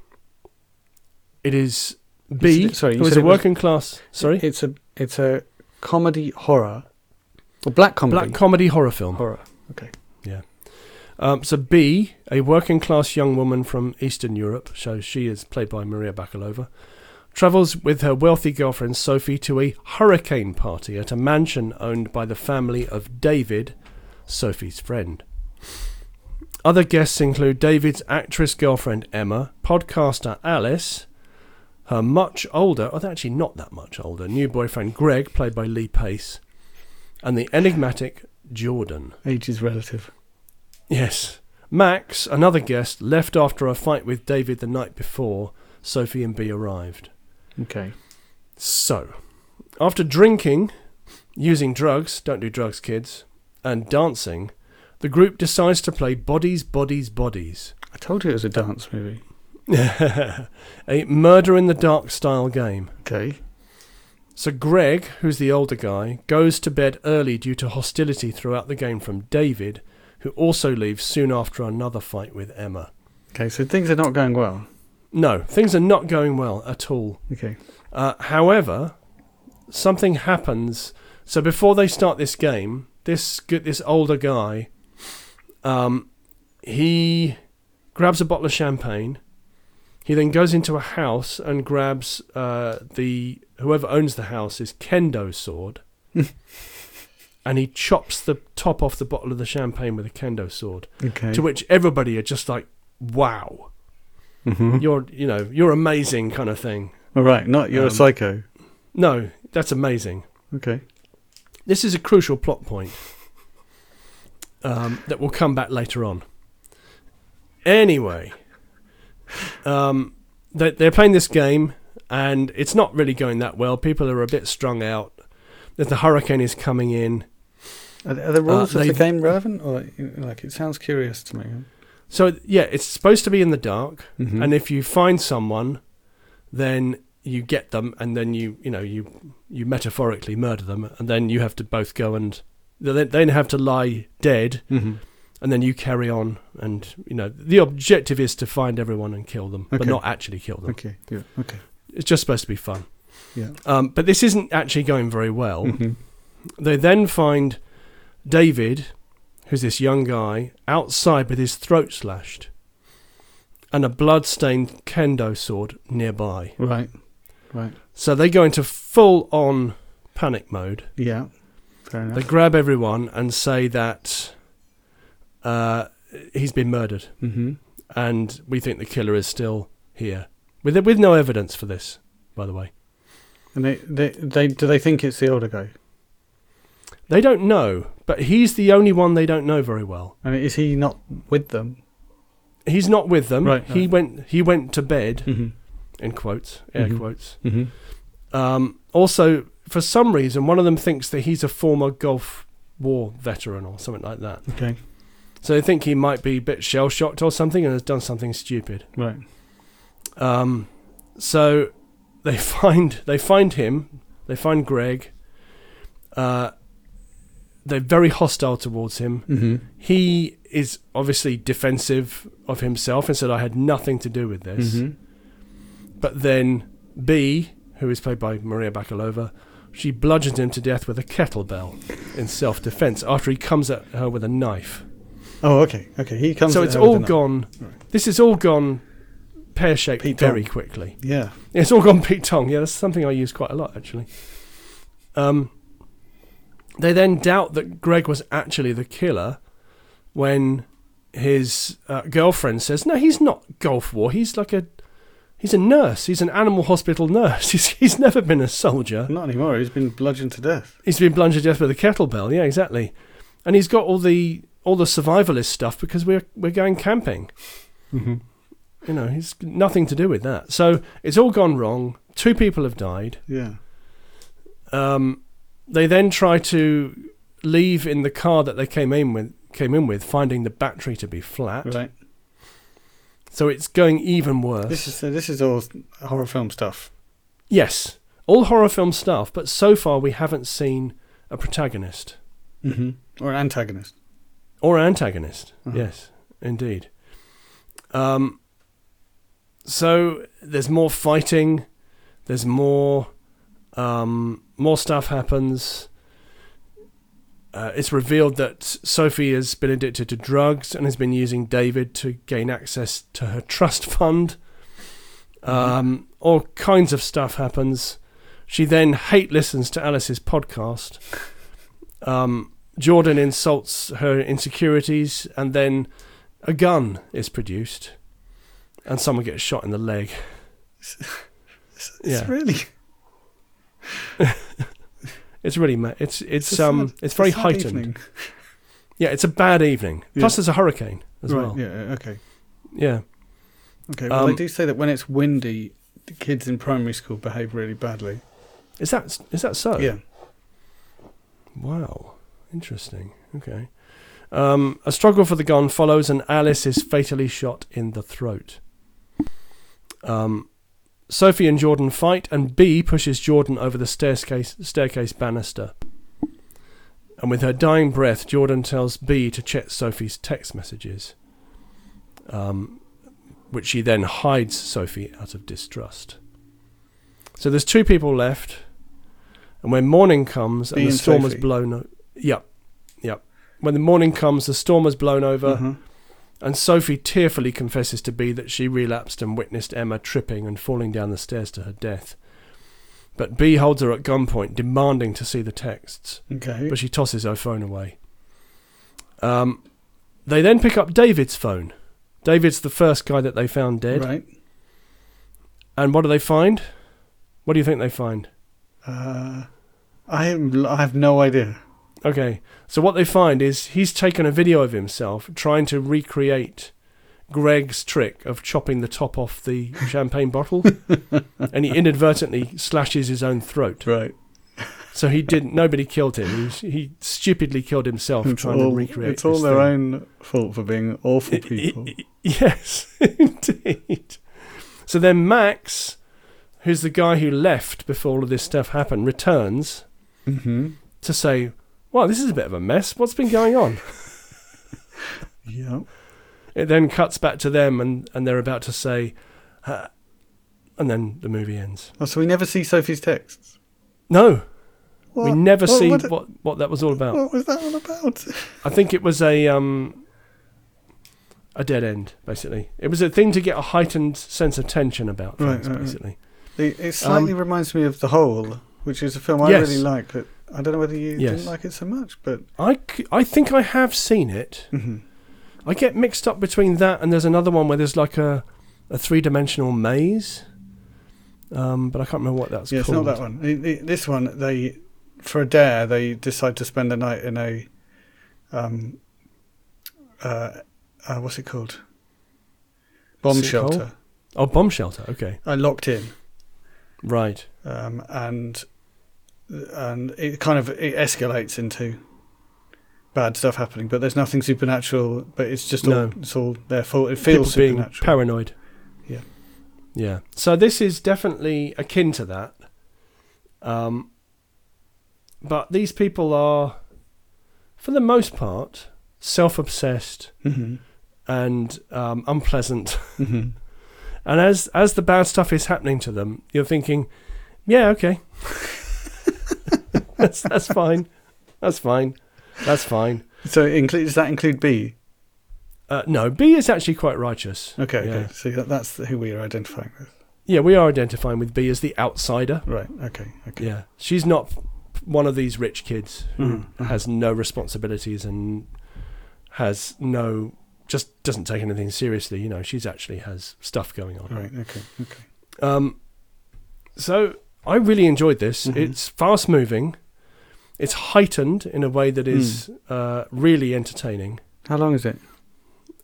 [SPEAKER 2] it is B,
[SPEAKER 1] said it- sorry, you
[SPEAKER 2] who is
[SPEAKER 1] said oh,
[SPEAKER 2] a
[SPEAKER 1] it was-
[SPEAKER 2] working class. Sorry?
[SPEAKER 1] It's a it's a comedy horror, or black comedy
[SPEAKER 2] Black comedy horror film.
[SPEAKER 1] horror.
[SPEAKER 2] Um, so B, a working class young woman from Eastern Europe, so she is played by Maria Bakalova, travels with her wealthy girlfriend Sophie to a hurricane party at a mansion owned by the family of David, Sophie's friend. Other guests include David's actress girlfriend Emma, podcaster Alice, her much older, oh, they're actually not that much older, new boyfriend Greg, played by Lee Pace, and the enigmatic Jordan.
[SPEAKER 1] Age is relative.
[SPEAKER 2] Yes. Max, another guest, left after a fight with David the night before Sophie and B arrived.
[SPEAKER 3] Okay.
[SPEAKER 2] So, after drinking, using drugs, don't do drugs, kids, and dancing, the group decides to play Bodies, Bodies, Bodies,
[SPEAKER 1] I told you it was a dance movie.
[SPEAKER 2] a murder in the dark style game.
[SPEAKER 1] Okay.
[SPEAKER 2] So, Greg, who's the older guy, goes to bed early due to hostility throughout the game from David, who also leaves soon after another fight with Emma.
[SPEAKER 1] Okay, so things are not going well.
[SPEAKER 2] No, things are not going well at all.
[SPEAKER 1] Okay.
[SPEAKER 2] Uh, however, something happens. So before they start this game, this g- this older guy, um, he grabs a bottle of champagne. He then goes into a house and grabs uh, the whoever owns the house is kendo sword, and he chops the top off the bottle of the champagne with a kendo sword.
[SPEAKER 1] Okay.
[SPEAKER 2] To which everybody are just like, "Wow, you're you know you're amazing," kind of thing.
[SPEAKER 1] Mm-hmm. All right, not you're a
[SPEAKER 2] Um,
[SPEAKER 1] psycho.
[SPEAKER 2] No, that's amazing.
[SPEAKER 1] Okay.
[SPEAKER 2] This is a crucial plot point um, that will come back later on. Anyway, um, they, they're playing this game and it's not really going that well. People are a bit strung out. That the hurricane is coming in.
[SPEAKER 1] Are, are the rules of
[SPEAKER 2] they-
[SPEAKER 1] the game relevant? Or like, you- like, it sounds curious to me.
[SPEAKER 2] So yeah, it's supposed to be in the dark,
[SPEAKER 1] Mhm.
[SPEAKER 2] and if you find someone, then you get them, and then you you know you you metaphorically murder them, and then you have to both go and they then have to lie dead
[SPEAKER 1] Mm-hmm.
[SPEAKER 2] and then you carry on and you know the objective is to find everyone and kill them but
[SPEAKER 1] Okay.
[SPEAKER 2] not actually kill them
[SPEAKER 1] Okay. Yeah. Okay.
[SPEAKER 2] it's just supposed to be fun
[SPEAKER 1] Yeah.
[SPEAKER 2] um, but this isn't actually going very well
[SPEAKER 1] Mhm.
[SPEAKER 2] they then find david who's this young guy outside with his throat slashed and a blood-stained kendo sword nearby
[SPEAKER 1] Right. Right.
[SPEAKER 2] so they go into full-on panic mode
[SPEAKER 1] Yeah. Fair
[SPEAKER 2] they
[SPEAKER 1] enough.
[SPEAKER 2] grab everyone and say that uh, he's been murdered
[SPEAKER 1] mm-hmm.
[SPEAKER 2] and we think the killer is still here with with no evidence for this by the way
[SPEAKER 1] And they, they, they, do they think it's the older guy?
[SPEAKER 2] they don't know but he's the only one they don't know very well
[SPEAKER 1] And is he not with them?
[SPEAKER 2] he's not with them
[SPEAKER 1] Right,
[SPEAKER 2] he
[SPEAKER 1] right.
[SPEAKER 2] went he went to bed
[SPEAKER 1] Mm-hmm.
[SPEAKER 2] in quotes air
[SPEAKER 1] Mhm.
[SPEAKER 2] quotes
[SPEAKER 1] Mm-hmm.
[SPEAKER 2] um, also for some reason one of them thinks that he's a former gulf war veteran or something like that
[SPEAKER 1] Okay.
[SPEAKER 2] so they think he might be a bit shell shocked or something and has done something stupid
[SPEAKER 1] Right.
[SPEAKER 2] Um, so they find they find him. They find Greg. Uh, they're very hostile towards him.
[SPEAKER 1] Mm-hmm.
[SPEAKER 2] He is obviously defensive of himself and said, "I had nothing to do with this."
[SPEAKER 1] Mm-hmm.
[SPEAKER 2] But then B, who is played by Maria Bakalova, she bludgeons him to death with a kettlebell in self-defense after he comes at her with a knife.
[SPEAKER 1] Oh, okay. Okay. He comes.
[SPEAKER 2] so
[SPEAKER 1] at
[SPEAKER 2] it's
[SPEAKER 1] her with
[SPEAKER 2] all
[SPEAKER 1] a knife.
[SPEAKER 2] gone.
[SPEAKER 1] Right.
[SPEAKER 2] This is all gone pear-shaped
[SPEAKER 1] Pete
[SPEAKER 2] very
[SPEAKER 1] Tong.
[SPEAKER 2] quickly.
[SPEAKER 1] Yeah.
[SPEAKER 2] Yeah, It's all gone Pete Tong. Yeah, that's something I use quite a lot actually. Um, they then doubt that Greg was actually the killer when his uh, girlfriend says, "No, he's not Gulf War. He's like a he's a nurse. He's an animal hospital nurse. He's he's never been a soldier.
[SPEAKER 1] Not anymore. He's been bludgeoned to death.
[SPEAKER 2] He's been bludgeoned to death with a kettlebell. Yeah, exactly. And he's got all the all the survivalist stuff because we're we're going camping."
[SPEAKER 1] Mm-hmm.
[SPEAKER 2] you know, he's nothing to do with that. So it's all gone wrong. Two people have died.
[SPEAKER 1] Yeah.
[SPEAKER 2] Um, they then try to leave in the car that they came in with, came in with, finding the battery to be flat.
[SPEAKER 1] Right.
[SPEAKER 2] So it's going even worse.
[SPEAKER 1] This is this is all horror film stuff.
[SPEAKER 2] yes, all horror film stuff, but so far we haven't seen a protagonist
[SPEAKER 1] Mm-hmm. Or an antagonist.
[SPEAKER 2] or antagonist.
[SPEAKER 1] Uh-huh.
[SPEAKER 2] Yes, indeed. Um, so there's more fighting. There's more. Um, more stuff happens. Uh, it's revealed that Sophie has been addicted to drugs and has been using David to gain access to her trust fund. Um, all kinds of stuff happens. She then hate listens to Alice's podcast. Um, Jordan insults her insecurities, and then a gun is produced, and someone gets shot in the leg.
[SPEAKER 1] It's, it's
[SPEAKER 2] Yeah.
[SPEAKER 1] really
[SPEAKER 2] It's really ma- it's it's,
[SPEAKER 1] a
[SPEAKER 2] um
[SPEAKER 1] sad-
[SPEAKER 2] it's very
[SPEAKER 1] a sad
[SPEAKER 2] heightened.
[SPEAKER 1] evening.
[SPEAKER 2] Yeah, it's a bad evening.
[SPEAKER 1] Yeah.
[SPEAKER 2] Plus, there's a hurricane as
[SPEAKER 1] Right,
[SPEAKER 2] well.
[SPEAKER 1] Yeah. Okay.
[SPEAKER 2] Yeah.
[SPEAKER 1] Okay, well, they
[SPEAKER 2] Um,
[SPEAKER 1] do say that when it's windy, the kids in primary school behave really badly.
[SPEAKER 2] Is that is that so?
[SPEAKER 1] Yeah.
[SPEAKER 2] Wow. Interesting. Okay. Um, a struggle for the gun follows, and Alice is fatally shot in the throat. Um, Sophie and Jordan fight, and B pushes Jordan over the staircase staircase banister. And with her dying breath, Jordan tells B to check Sophie's text messages, um, which she then hides Sophie out of distrust. So there's two people left, and when morning comes
[SPEAKER 1] B
[SPEAKER 2] and the
[SPEAKER 1] and
[SPEAKER 2] storm has
[SPEAKER 1] Sophie.
[SPEAKER 2] blown, o- yep, yep. When the morning comes, the storm has blown over,
[SPEAKER 1] Mhm.
[SPEAKER 2] and Sophie tearfully confesses to B that she relapsed and witnessed Emma tripping and falling down the stairs to her death. But B holds her at gunpoint, demanding to see the texts,
[SPEAKER 1] Okay.
[SPEAKER 2] but she tosses her phone away. Um, they then pick up David's phone. David's the first guy that they found dead.
[SPEAKER 1] Right.
[SPEAKER 2] And what do they find? What do you think they find?
[SPEAKER 1] Uh, I am. I have no idea.
[SPEAKER 2] Okay, so what they find is he's taken a video of himself trying to recreate Greg's trick of chopping the top off the champagne bottle, and he inadvertently slashes his own throat.
[SPEAKER 1] Right.
[SPEAKER 2] So he didn't. Nobody killed him. He, was- he stupidly killed himself
[SPEAKER 1] It's
[SPEAKER 2] trying
[SPEAKER 1] all,
[SPEAKER 2] to recreate.
[SPEAKER 1] it's all
[SPEAKER 2] this
[SPEAKER 1] their
[SPEAKER 2] thing.
[SPEAKER 1] own fault for being awful people.
[SPEAKER 2] I- I- Yes, indeed. So then Max, who's the guy who left before all of this stuff happened, returns
[SPEAKER 1] mm-hmm.
[SPEAKER 2] to say, "Wow, this is a bit of a mess. What's been going on?"
[SPEAKER 1] Yeah.
[SPEAKER 2] it then cuts back to them and, and they're about to say uh, and then the movie ends
[SPEAKER 1] Oh, so we never see Sophie's texts.
[SPEAKER 2] no
[SPEAKER 1] What?
[SPEAKER 2] we never
[SPEAKER 1] What-
[SPEAKER 2] see
[SPEAKER 1] what-
[SPEAKER 2] what, what that was all about
[SPEAKER 1] What was that all about?
[SPEAKER 2] i think it was a um a dead end basically it was a thing to get a heightened sense of tension about
[SPEAKER 1] Right,
[SPEAKER 2] things,
[SPEAKER 1] right, right.
[SPEAKER 2] basically
[SPEAKER 1] It, it slightly reminds me of The Hole, which is a film I
[SPEAKER 2] Um, Yes.
[SPEAKER 1] really like, but I don't know whether you
[SPEAKER 2] Yes.
[SPEAKER 1] didn't like it so much. But
[SPEAKER 2] I, c- I think i have seen it
[SPEAKER 1] Mhm.
[SPEAKER 2] i get mixed up between that and there's another one where there's like a, a three-dimensional maze um, but i can't remember what that's
[SPEAKER 1] yeah, it's
[SPEAKER 2] called
[SPEAKER 1] not that one. It- it- this one, they for a dare they decide to spend the night in a um, uh, uh, what's it called? Bomb
[SPEAKER 2] Sinkhole?
[SPEAKER 1] shelter.
[SPEAKER 2] oh bomb shelter okay
[SPEAKER 1] I locked in.
[SPEAKER 2] right
[SPEAKER 1] um, and and it kind of it escalates into bad stuff happening. But there's nothing supernatural. But it's just all
[SPEAKER 2] No.
[SPEAKER 1] it's all their fault. It feels
[SPEAKER 2] people being
[SPEAKER 1] supernatural.
[SPEAKER 2] paranoid.
[SPEAKER 1] Yeah.
[SPEAKER 2] Yeah. So this is definitely akin to that. Um, but these people are, for the most part, self obsessed
[SPEAKER 1] Mm-hmm.
[SPEAKER 2] and um, unpleasant.
[SPEAKER 1] hmm hmm
[SPEAKER 2] And as, as the bad stuff is happening to them, you're thinking, yeah, okay. that's, that's fine. That's fine. That's fine.
[SPEAKER 1] So it include, does that include B?
[SPEAKER 2] Uh, no, B is actually quite righteous.
[SPEAKER 1] Okay,
[SPEAKER 2] Yeah.
[SPEAKER 1] okay. So that, that's who we are identifying with.
[SPEAKER 2] Yeah, we are identifying with B as the outsider.
[SPEAKER 1] Right. Okay. Okay.
[SPEAKER 2] Yeah, she's not one of these rich kids who
[SPEAKER 1] Mhm, mhm.
[SPEAKER 2] has no responsibilities and has no just doesn't take anything seriously. You know, she's actually has stuff going on.
[SPEAKER 1] Right. Okay. Okay.
[SPEAKER 2] Um, so I really enjoyed this.
[SPEAKER 1] Mhm.
[SPEAKER 2] It's fast moving. It's heightened in a way that is uh, really entertaining.
[SPEAKER 1] How long is it?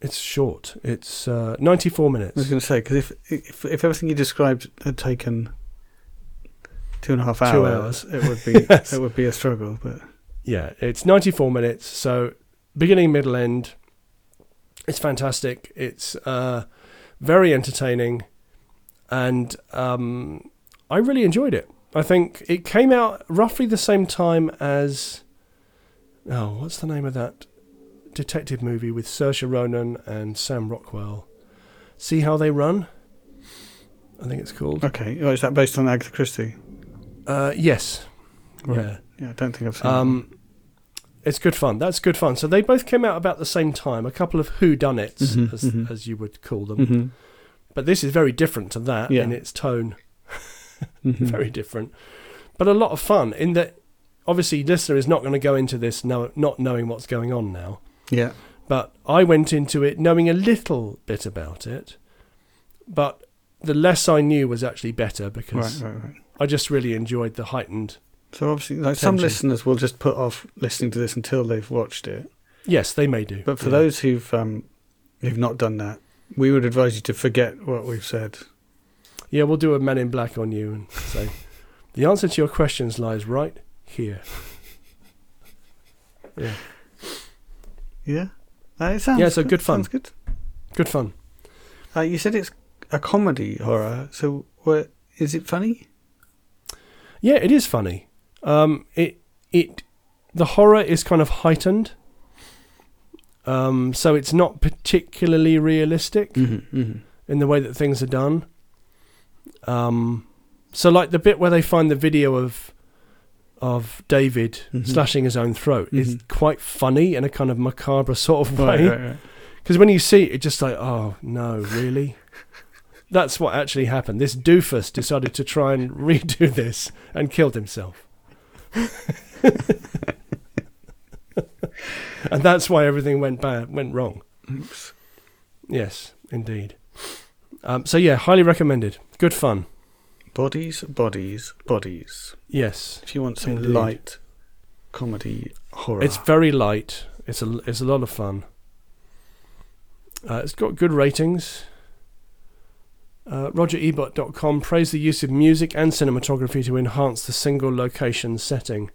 [SPEAKER 2] It's short. It's uh, ninety four
[SPEAKER 1] I was
[SPEAKER 2] minutes.
[SPEAKER 1] going to say because if, if if everything you described had taken two and a half
[SPEAKER 2] Two
[SPEAKER 1] hours, it would be
[SPEAKER 2] Yes.
[SPEAKER 1] it would be a struggle. But
[SPEAKER 2] Yeah, it's 94 minutes, so beginning, middle, end. It's fantastic. It's uh, very entertaining, and um, I really enjoyed it. I think it came out roughly the same time as oh, what's the name of that detective movie with Saoirse Ronan and Sam Rockwell? See how they run. I think it's called.
[SPEAKER 1] okay, well, is that based on Agatha Christie?
[SPEAKER 2] Uh, yes.
[SPEAKER 1] Right.
[SPEAKER 2] Yeah.
[SPEAKER 1] Yeah, I don't think I've seen. Um,
[SPEAKER 2] Um, it's good fun. That's good fun. So they both came out about the same time. A couple of who done it,
[SPEAKER 1] Mhm,
[SPEAKER 2] as,
[SPEAKER 1] mhm.
[SPEAKER 2] as you would call them.
[SPEAKER 1] hmm
[SPEAKER 2] But this is very different to that
[SPEAKER 1] Yeah. Mm-hmm.
[SPEAKER 2] in its tone. Very different, but a lot of fun. In that, obviously, listener is not going to go into this no, not knowing what's going on now.
[SPEAKER 1] Yeah.
[SPEAKER 2] But I went into it knowing a little bit about it, but the less I knew was actually better
[SPEAKER 1] Right.
[SPEAKER 2] because
[SPEAKER 1] Right. Right.
[SPEAKER 2] I just really enjoyed the heightened.
[SPEAKER 1] So obviously, like, some
[SPEAKER 2] Attention.
[SPEAKER 1] listeners will just put off listening to this until they've watched it.
[SPEAKER 2] Yes, they may do.
[SPEAKER 1] But for
[SPEAKER 2] Yeah.
[SPEAKER 1] those who've um, who've not done that, we would advise you to forget what we've said.
[SPEAKER 2] Yeah, we'll do a Men in Black on you and say the answer to your questions lies right here. yeah,
[SPEAKER 1] Yeah, uh, it sounds
[SPEAKER 2] Yeah, so good fun.
[SPEAKER 1] Sounds good.
[SPEAKER 2] good fun.
[SPEAKER 1] Uh, you said it's a comedy horror, so what, is it funny?
[SPEAKER 2] Yeah, it is funny. Um, it it the horror is kind of heightened. Um, so it's not particularly realistic
[SPEAKER 1] Mm-hmm, mm-hmm.
[SPEAKER 2] in the way that things are done. Um, so like the bit where they find the video of of David
[SPEAKER 1] Mhm.
[SPEAKER 2] slashing his own throat is
[SPEAKER 1] Mhm.
[SPEAKER 2] quite funny in a kind of macabre sort of way.
[SPEAKER 1] Right,
[SPEAKER 2] Because
[SPEAKER 1] right, right.
[SPEAKER 2] when you see it, it's just like, oh no, really? That's what actually happened. This doofus decided to try and redo this and killed himself. and that's why everything went bad, went wrong.
[SPEAKER 1] Oops.
[SPEAKER 2] Yes, indeed. Um, so yeah, highly recommended. Good fun.
[SPEAKER 1] Bodies, bodies, bodies.
[SPEAKER 2] Yes,
[SPEAKER 1] If you want some
[SPEAKER 2] Indeed.
[SPEAKER 1] light comedy horror,
[SPEAKER 2] it's very light. It's a it's a lot of fun. Uh, it's got good ratings. Uh, RogerEbot.com praised the use of music and cinematography to enhance the single location setting.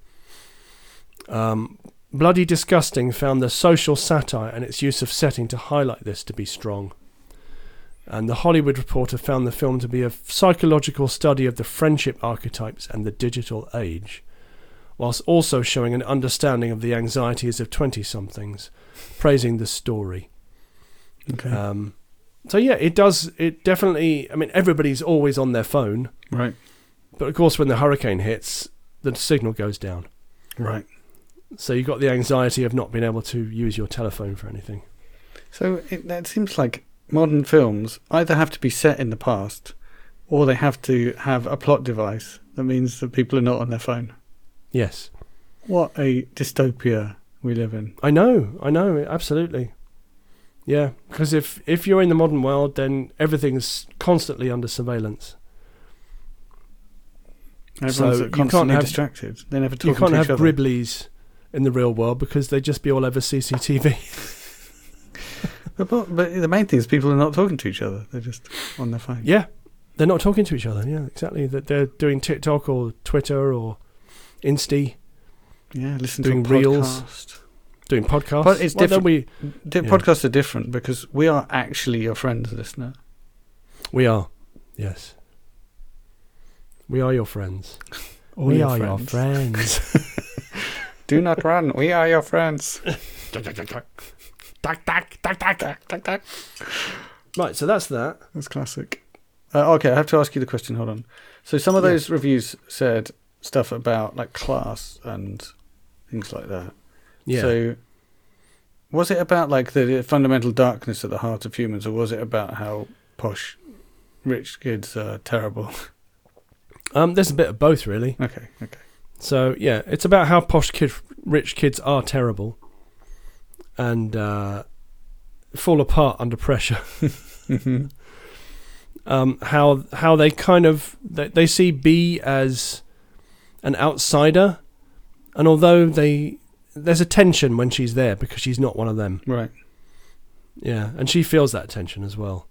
[SPEAKER 2] Um, Bloody Disgusting found the social satire and its use of setting to highlight this to be strong. And The Hollywood Reporter found the film to be a psychological study of the friendship archetypes and the digital age, whilst also showing an understanding of the anxieties of 20 somethings, praising the story.
[SPEAKER 1] okay.
[SPEAKER 2] Um, so, yeah, it does, it definitely, I mean, everybody's always on their phone,
[SPEAKER 1] right,
[SPEAKER 2] but of course, when the hurricane hits, the signal goes down.
[SPEAKER 1] right.
[SPEAKER 2] So you've got the anxiety of not being able to use your telephone for anything.
[SPEAKER 1] So it, that seems like modern films either have to be set in the past, or they have to have a plot device that means that people are not on their phone.
[SPEAKER 2] Yes.
[SPEAKER 1] What a dystopia we live in.
[SPEAKER 2] I know, I know, absolutely. Yeah, because if, if you're in the modern world, then everything's constantly under surveillance.
[SPEAKER 1] Everyone's
[SPEAKER 2] So you
[SPEAKER 1] constantly
[SPEAKER 2] can't have-
[SPEAKER 1] distracted. They never talk
[SPEAKER 2] you can't
[SPEAKER 1] to
[SPEAKER 2] have
[SPEAKER 1] each other.
[SPEAKER 2] Griblies in the real world because they'd just be all over CCTV.
[SPEAKER 1] But, but, but the main thing is people are not talking to each other. They're just on their phone.
[SPEAKER 2] yeah, they're not talking to each other. Yeah, exactly. That they're doing TikTok or Twitter or Insta,
[SPEAKER 1] Yeah, listen
[SPEAKER 2] Doing
[SPEAKER 1] to a
[SPEAKER 2] reels.
[SPEAKER 1] podcast.
[SPEAKER 2] doing podcasts.
[SPEAKER 1] But it's
[SPEAKER 2] Why
[SPEAKER 1] different-
[SPEAKER 2] don't We
[SPEAKER 1] The
[SPEAKER 2] Yeah.
[SPEAKER 1] Podcasts are different because we are actually your friends, listener.
[SPEAKER 2] we are, yes, we are your friends.
[SPEAKER 1] All
[SPEAKER 2] we
[SPEAKER 1] your
[SPEAKER 2] are
[SPEAKER 1] friends.
[SPEAKER 2] your friends.
[SPEAKER 1] Do not run. We are your friends.
[SPEAKER 2] Right, so that's that.
[SPEAKER 1] That's classic. Uh, okay, I have to ask you the question. Hold on. So some of
[SPEAKER 2] Yeah.
[SPEAKER 1] those reviews said stuff about like class and things like that.
[SPEAKER 2] Yeah.
[SPEAKER 1] So was it about like the fundamental darkness at the heart of humans, or was it about how posh rich kids are terrible?
[SPEAKER 2] um, there's a bit of both, really.
[SPEAKER 1] okay, okay.
[SPEAKER 2] So yeah, it's about how posh kid, rich kids are terrible, and uh, fall apart under pressure.
[SPEAKER 1] Mm-hmm.
[SPEAKER 2] um, how how they kind of they, they see B as an outsider, and although they there's a tension when she's there because she's not one of them.
[SPEAKER 1] Right.
[SPEAKER 2] Yeah, and she feels that tension as well.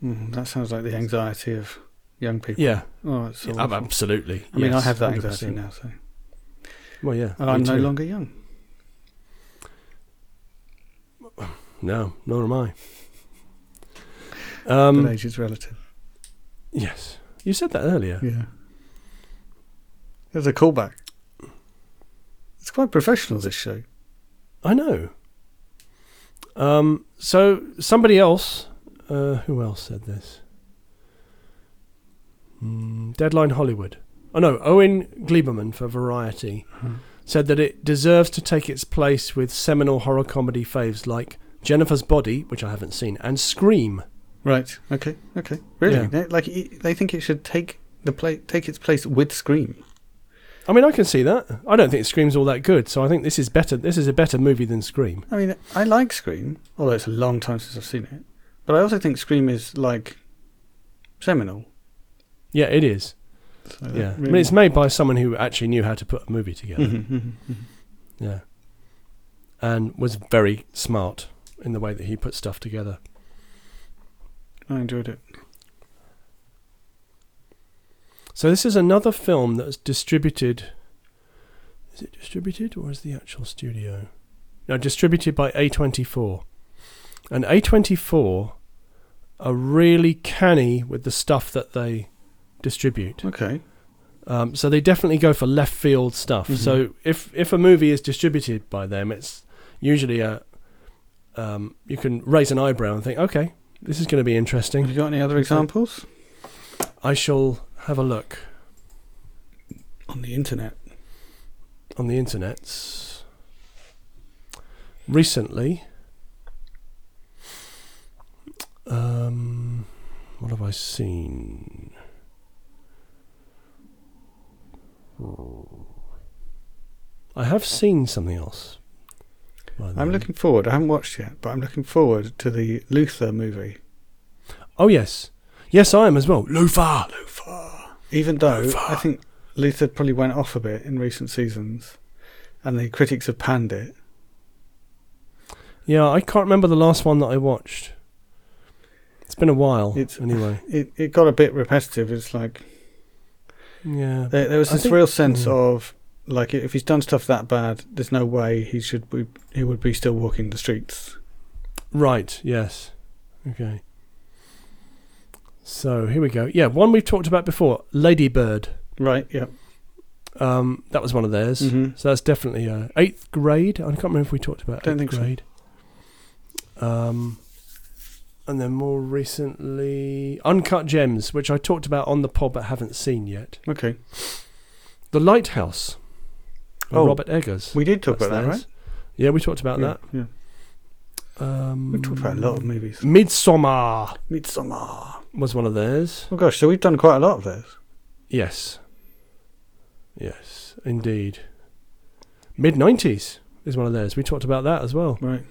[SPEAKER 1] Mm, that sounds like the anxiety of young people.
[SPEAKER 2] Yeah,
[SPEAKER 1] Oh, it's
[SPEAKER 2] ab-
[SPEAKER 1] awful.
[SPEAKER 2] absolutely.
[SPEAKER 1] I mean,
[SPEAKER 2] yes,
[SPEAKER 1] I have that
[SPEAKER 2] 100%.
[SPEAKER 1] anxiety now, so
[SPEAKER 2] Well, yeah,
[SPEAKER 1] and
[SPEAKER 2] me
[SPEAKER 1] I'm no
[SPEAKER 2] too.
[SPEAKER 1] longer young.
[SPEAKER 2] No, nor am I.
[SPEAKER 1] but
[SPEAKER 2] Um,
[SPEAKER 1] age is relative.
[SPEAKER 2] yes, you said that earlier.
[SPEAKER 1] Yeah. There's a callback. It's quite professional, this show.
[SPEAKER 2] I know. Um, so somebody else, uh, who else said this? Mm, Deadline Hollywood. Oh no, Owen Gleiberman for Variety said that it deserves to take its place with seminal horror comedy faves like Jennifer's Body, which I haven't seen, and Scream.
[SPEAKER 1] Right. Okay. Okay. Really?
[SPEAKER 2] Yeah.
[SPEAKER 1] They, like i- they think it should take the play take its place with Scream.
[SPEAKER 2] I mean, I can see that. I don't think Scream's all that good, so I think this is better. This is a better movie than Scream.
[SPEAKER 1] I mean, I like Scream, although it's a long time since I've seen it. But I also think Scream is like seminal.
[SPEAKER 2] Yeah, it is.
[SPEAKER 1] So
[SPEAKER 2] Yeah, I mean, it's made by someone who actually knew how to put a movie together.
[SPEAKER 1] Mm-hmm.
[SPEAKER 2] Yeah. And was very smart in the way that he put stuff together.
[SPEAKER 1] I enjoyed it.
[SPEAKER 2] So this is another film that's distributed. Is it distributed or is the actual studio? No, distributed by A24. And A24 are really canny with the stuff that they distribute.
[SPEAKER 1] Okay.
[SPEAKER 2] Um, so they definitely go for left field stuff.
[SPEAKER 1] Mhm.
[SPEAKER 2] So if if a movie is distributed by them, it's usually a um, you can raise an eyebrow and think, okay, this is going to be
[SPEAKER 1] Have
[SPEAKER 2] interesting.
[SPEAKER 1] you got any other examples
[SPEAKER 2] I shall have a look
[SPEAKER 1] on the internet?
[SPEAKER 2] on the internet. Recently, um, what have I seen? I have seen something else. by
[SPEAKER 1] I'm
[SPEAKER 2] them.
[SPEAKER 1] looking forward. I haven't watched yet, but I'm looking forward to the Luther movie.
[SPEAKER 2] Oh yes, yes I am as well. Lufa.
[SPEAKER 1] Even though
[SPEAKER 2] Luther.
[SPEAKER 1] I think Luther probably went off a bit in recent seasons, and the critics have panned it.
[SPEAKER 2] Yeah, I can't remember the last one that I watched. It's been a while.
[SPEAKER 1] It's-
[SPEAKER 2] anyway.
[SPEAKER 1] It it got a bit repetitive. It's like
[SPEAKER 2] Yeah.
[SPEAKER 1] there, there was
[SPEAKER 2] I
[SPEAKER 1] this
[SPEAKER 2] think-
[SPEAKER 1] real sense
[SPEAKER 2] Mm.
[SPEAKER 1] of like if he's done stuff that bad, there's no way he should be he would be still walking the streets.
[SPEAKER 2] Right, yes. Okay. So here we go. Yeah, one we've talked about before, Ladybird.
[SPEAKER 1] Right? Yeah.
[SPEAKER 2] Um, that was one of theirs.
[SPEAKER 1] hmm
[SPEAKER 2] So that's definitely uh, eighth grade. I can't remember if we talked about
[SPEAKER 1] Don't
[SPEAKER 2] eighth
[SPEAKER 1] think so.
[SPEAKER 2] grade. Um, and then more recently, Uncut Gems, which I talked about on the pod but haven't seen yet.
[SPEAKER 1] Okay.
[SPEAKER 2] The Lighthouse. by
[SPEAKER 1] Oh,
[SPEAKER 2] Robert Eggers.
[SPEAKER 1] We did talk
[SPEAKER 2] That's
[SPEAKER 1] about that, right?
[SPEAKER 2] theirs. Yeah, we talked about
[SPEAKER 1] yeah, yeah.
[SPEAKER 2] that. Um,
[SPEAKER 1] We talked about a lot of movies.
[SPEAKER 2] Midsummer
[SPEAKER 1] Hmm. Midsummer.
[SPEAKER 2] was one of theirs.
[SPEAKER 1] Oh gosh, so we've done quite a lot of those.
[SPEAKER 2] Yes. Yes, indeed. Mid 90s is one of theirs. We talked about that as well.
[SPEAKER 1] Right.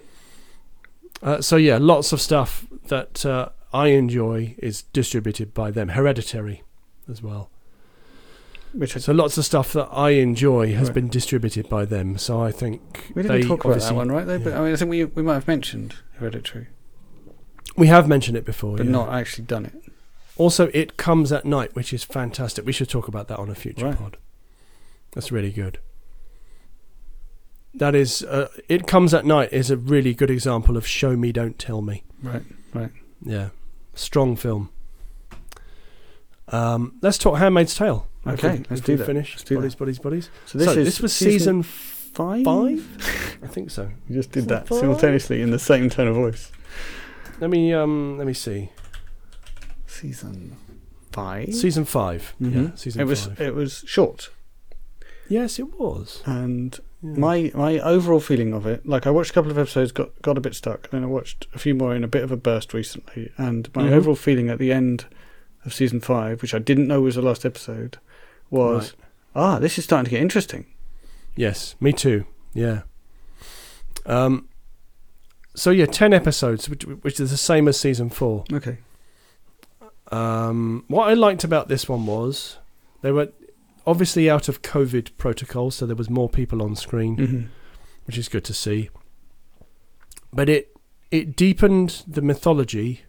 [SPEAKER 2] Uh, so, yeah, lots of stuff that uh, I enjoy is distributed by them. Hereditary as well.
[SPEAKER 1] Which I
[SPEAKER 2] So, lots of stuff that I enjoy has
[SPEAKER 1] Right.
[SPEAKER 2] been distributed by them. So, I think
[SPEAKER 1] We didn't
[SPEAKER 2] they
[SPEAKER 1] talk about that
[SPEAKER 2] obviously-
[SPEAKER 1] one, right? Though, but I mean, I think we we might have mentioned hereditary,
[SPEAKER 2] We have mentioned it before.
[SPEAKER 1] but
[SPEAKER 2] yeah.
[SPEAKER 1] not actually done it.
[SPEAKER 2] Also, It Comes at Night, which is fantastic. We should talk about that on a future
[SPEAKER 1] Right.
[SPEAKER 2] pod. That's really good. That is, uh, It Comes at Night is a really good example of show me, don't tell me.
[SPEAKER 1] Right.
[SPEAKER 2] Yeah. Strong film. Um, let's talk Handmaid's Tale. If we-
[SPEAKER 1] Okay, let's
[SPEAKER 2] if
[SPEAKER 1] do
[SPEAKER 2] we
[SPEAKER 1] that.
[SPEAKER 2] Finish.
[SPEAKER 1] Let's do that.
[SPEAKER 2] bodies, bodies, bodies.
[SPEAKER 1] So this
[SPEAKER 2] so
[SPEAKER 1] is
[SPEAKER 2] this was season five,
[SPEAKER 1] five.
[SPEAKER 2] I think so.
[SPEAKER 1] We just did
[SPEAKER 2] Season
[SPEAKER 1] that
[SPEAKER 2] five?
[SPEAKER 1] simultaneously in the same tone of voice.
[SPEAKER 2] Let me um, let me see.
[SPEAKER 1] Season five.
[SPEAKER 2] Season 5 Yeah,
[SPEAKER 1] Mhm.
[SPEAKER 2] Mm-hmm. season
[SPEAKER 1] It was
[SPEAKER 2] five.
[SPEAKER 1] it was short,
[SPEAKER 2] yes, it was.
[SPEAKER 1] and
[SPEAKER 2] Yeah.
[SPEAKER 1] my my overall feeling of it, like I watched a couple of episodes, got got a bit stuck, and then I watched a few more in a bit of a burst recently, and my
[SPEAKER 2] Mhm.
[SPEAKER 1] overall feeling at the end of season five, which I didn't know was the last episode, was ah, this is starting to get interesting.
[SPEAKER 2] Yes, me too. Yeah. Um. So yeah, ten episodes, which, which is the same as season four.
[SPEAKER 1] Okay.
[SPEAKER 2] Um. What I liked about this one was they were obviously out of COVID protocol, so there was more people on screen,
[SPEAKER 1] Mm-hmm.
[SPEAKER 2] which is good to see. But it it deepened the mythology,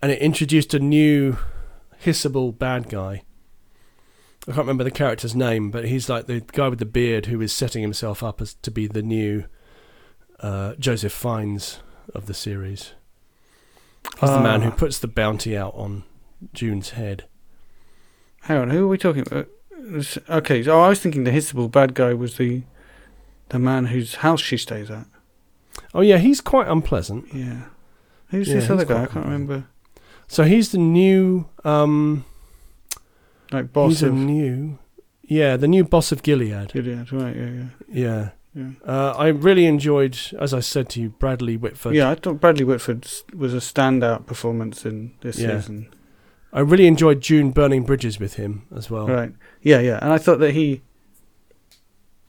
[SPEAKER 2] and it introduced a new hissable bad guy. I can't remember the character's name, but he's like the guy with the beard who is setting himself up as to be the new uh, Joseph Fiennes of the series. He's the man who
[SPEAKER 1] Ah.
[SPEAKER 2] puts the bounty out on June's head.
[SPEAKER 1] Hang on, who are we talking about? It's- Okay, so I was thinking the Hissable bad guy was the the man whose house she stays at.
[SPEAKER 2] Oh yeah, he's quite unpleasant.
[SPEAKER 1] Yeah. Who's
[SPEAKER 2] Yeah,
[SPEAKER 1] this other
[SPEAKER 2] he's
[SPEAKER 1] guy? I
[SPEAKER 2] quite
[SPEAKER 1] can't
[SPEAKER 2] good.
[SPEAKER 1] remember.
[SPEAKER 2] So he's the new um,
[SPEAKER 1] Like boss
[SPEAKER 2] he's a
[SPEAKER 1] of
[SPEAKER 2] new yeah, the new boss of Gilead.
[SPEAKER 1] Gilead, right? Yeah, yeah,
[SPEAKER 2] Yeah.
[SPEAKER 1] yeah.
[SPEAKER 2] Uh, I really enjoyed, as I said to you, Bradley Whitford.
[SPEAKER 1] yeah, I thought Bradley Whitford s- was a standout performance in this
[SPEAKER 2] Yeah.
[SPEAKER 1] season.
[SPEAKER 2] I really enjoyed June burning bridges with him as well.
[SPEAKER 1] Right? Yeah, yeah. And I thought that he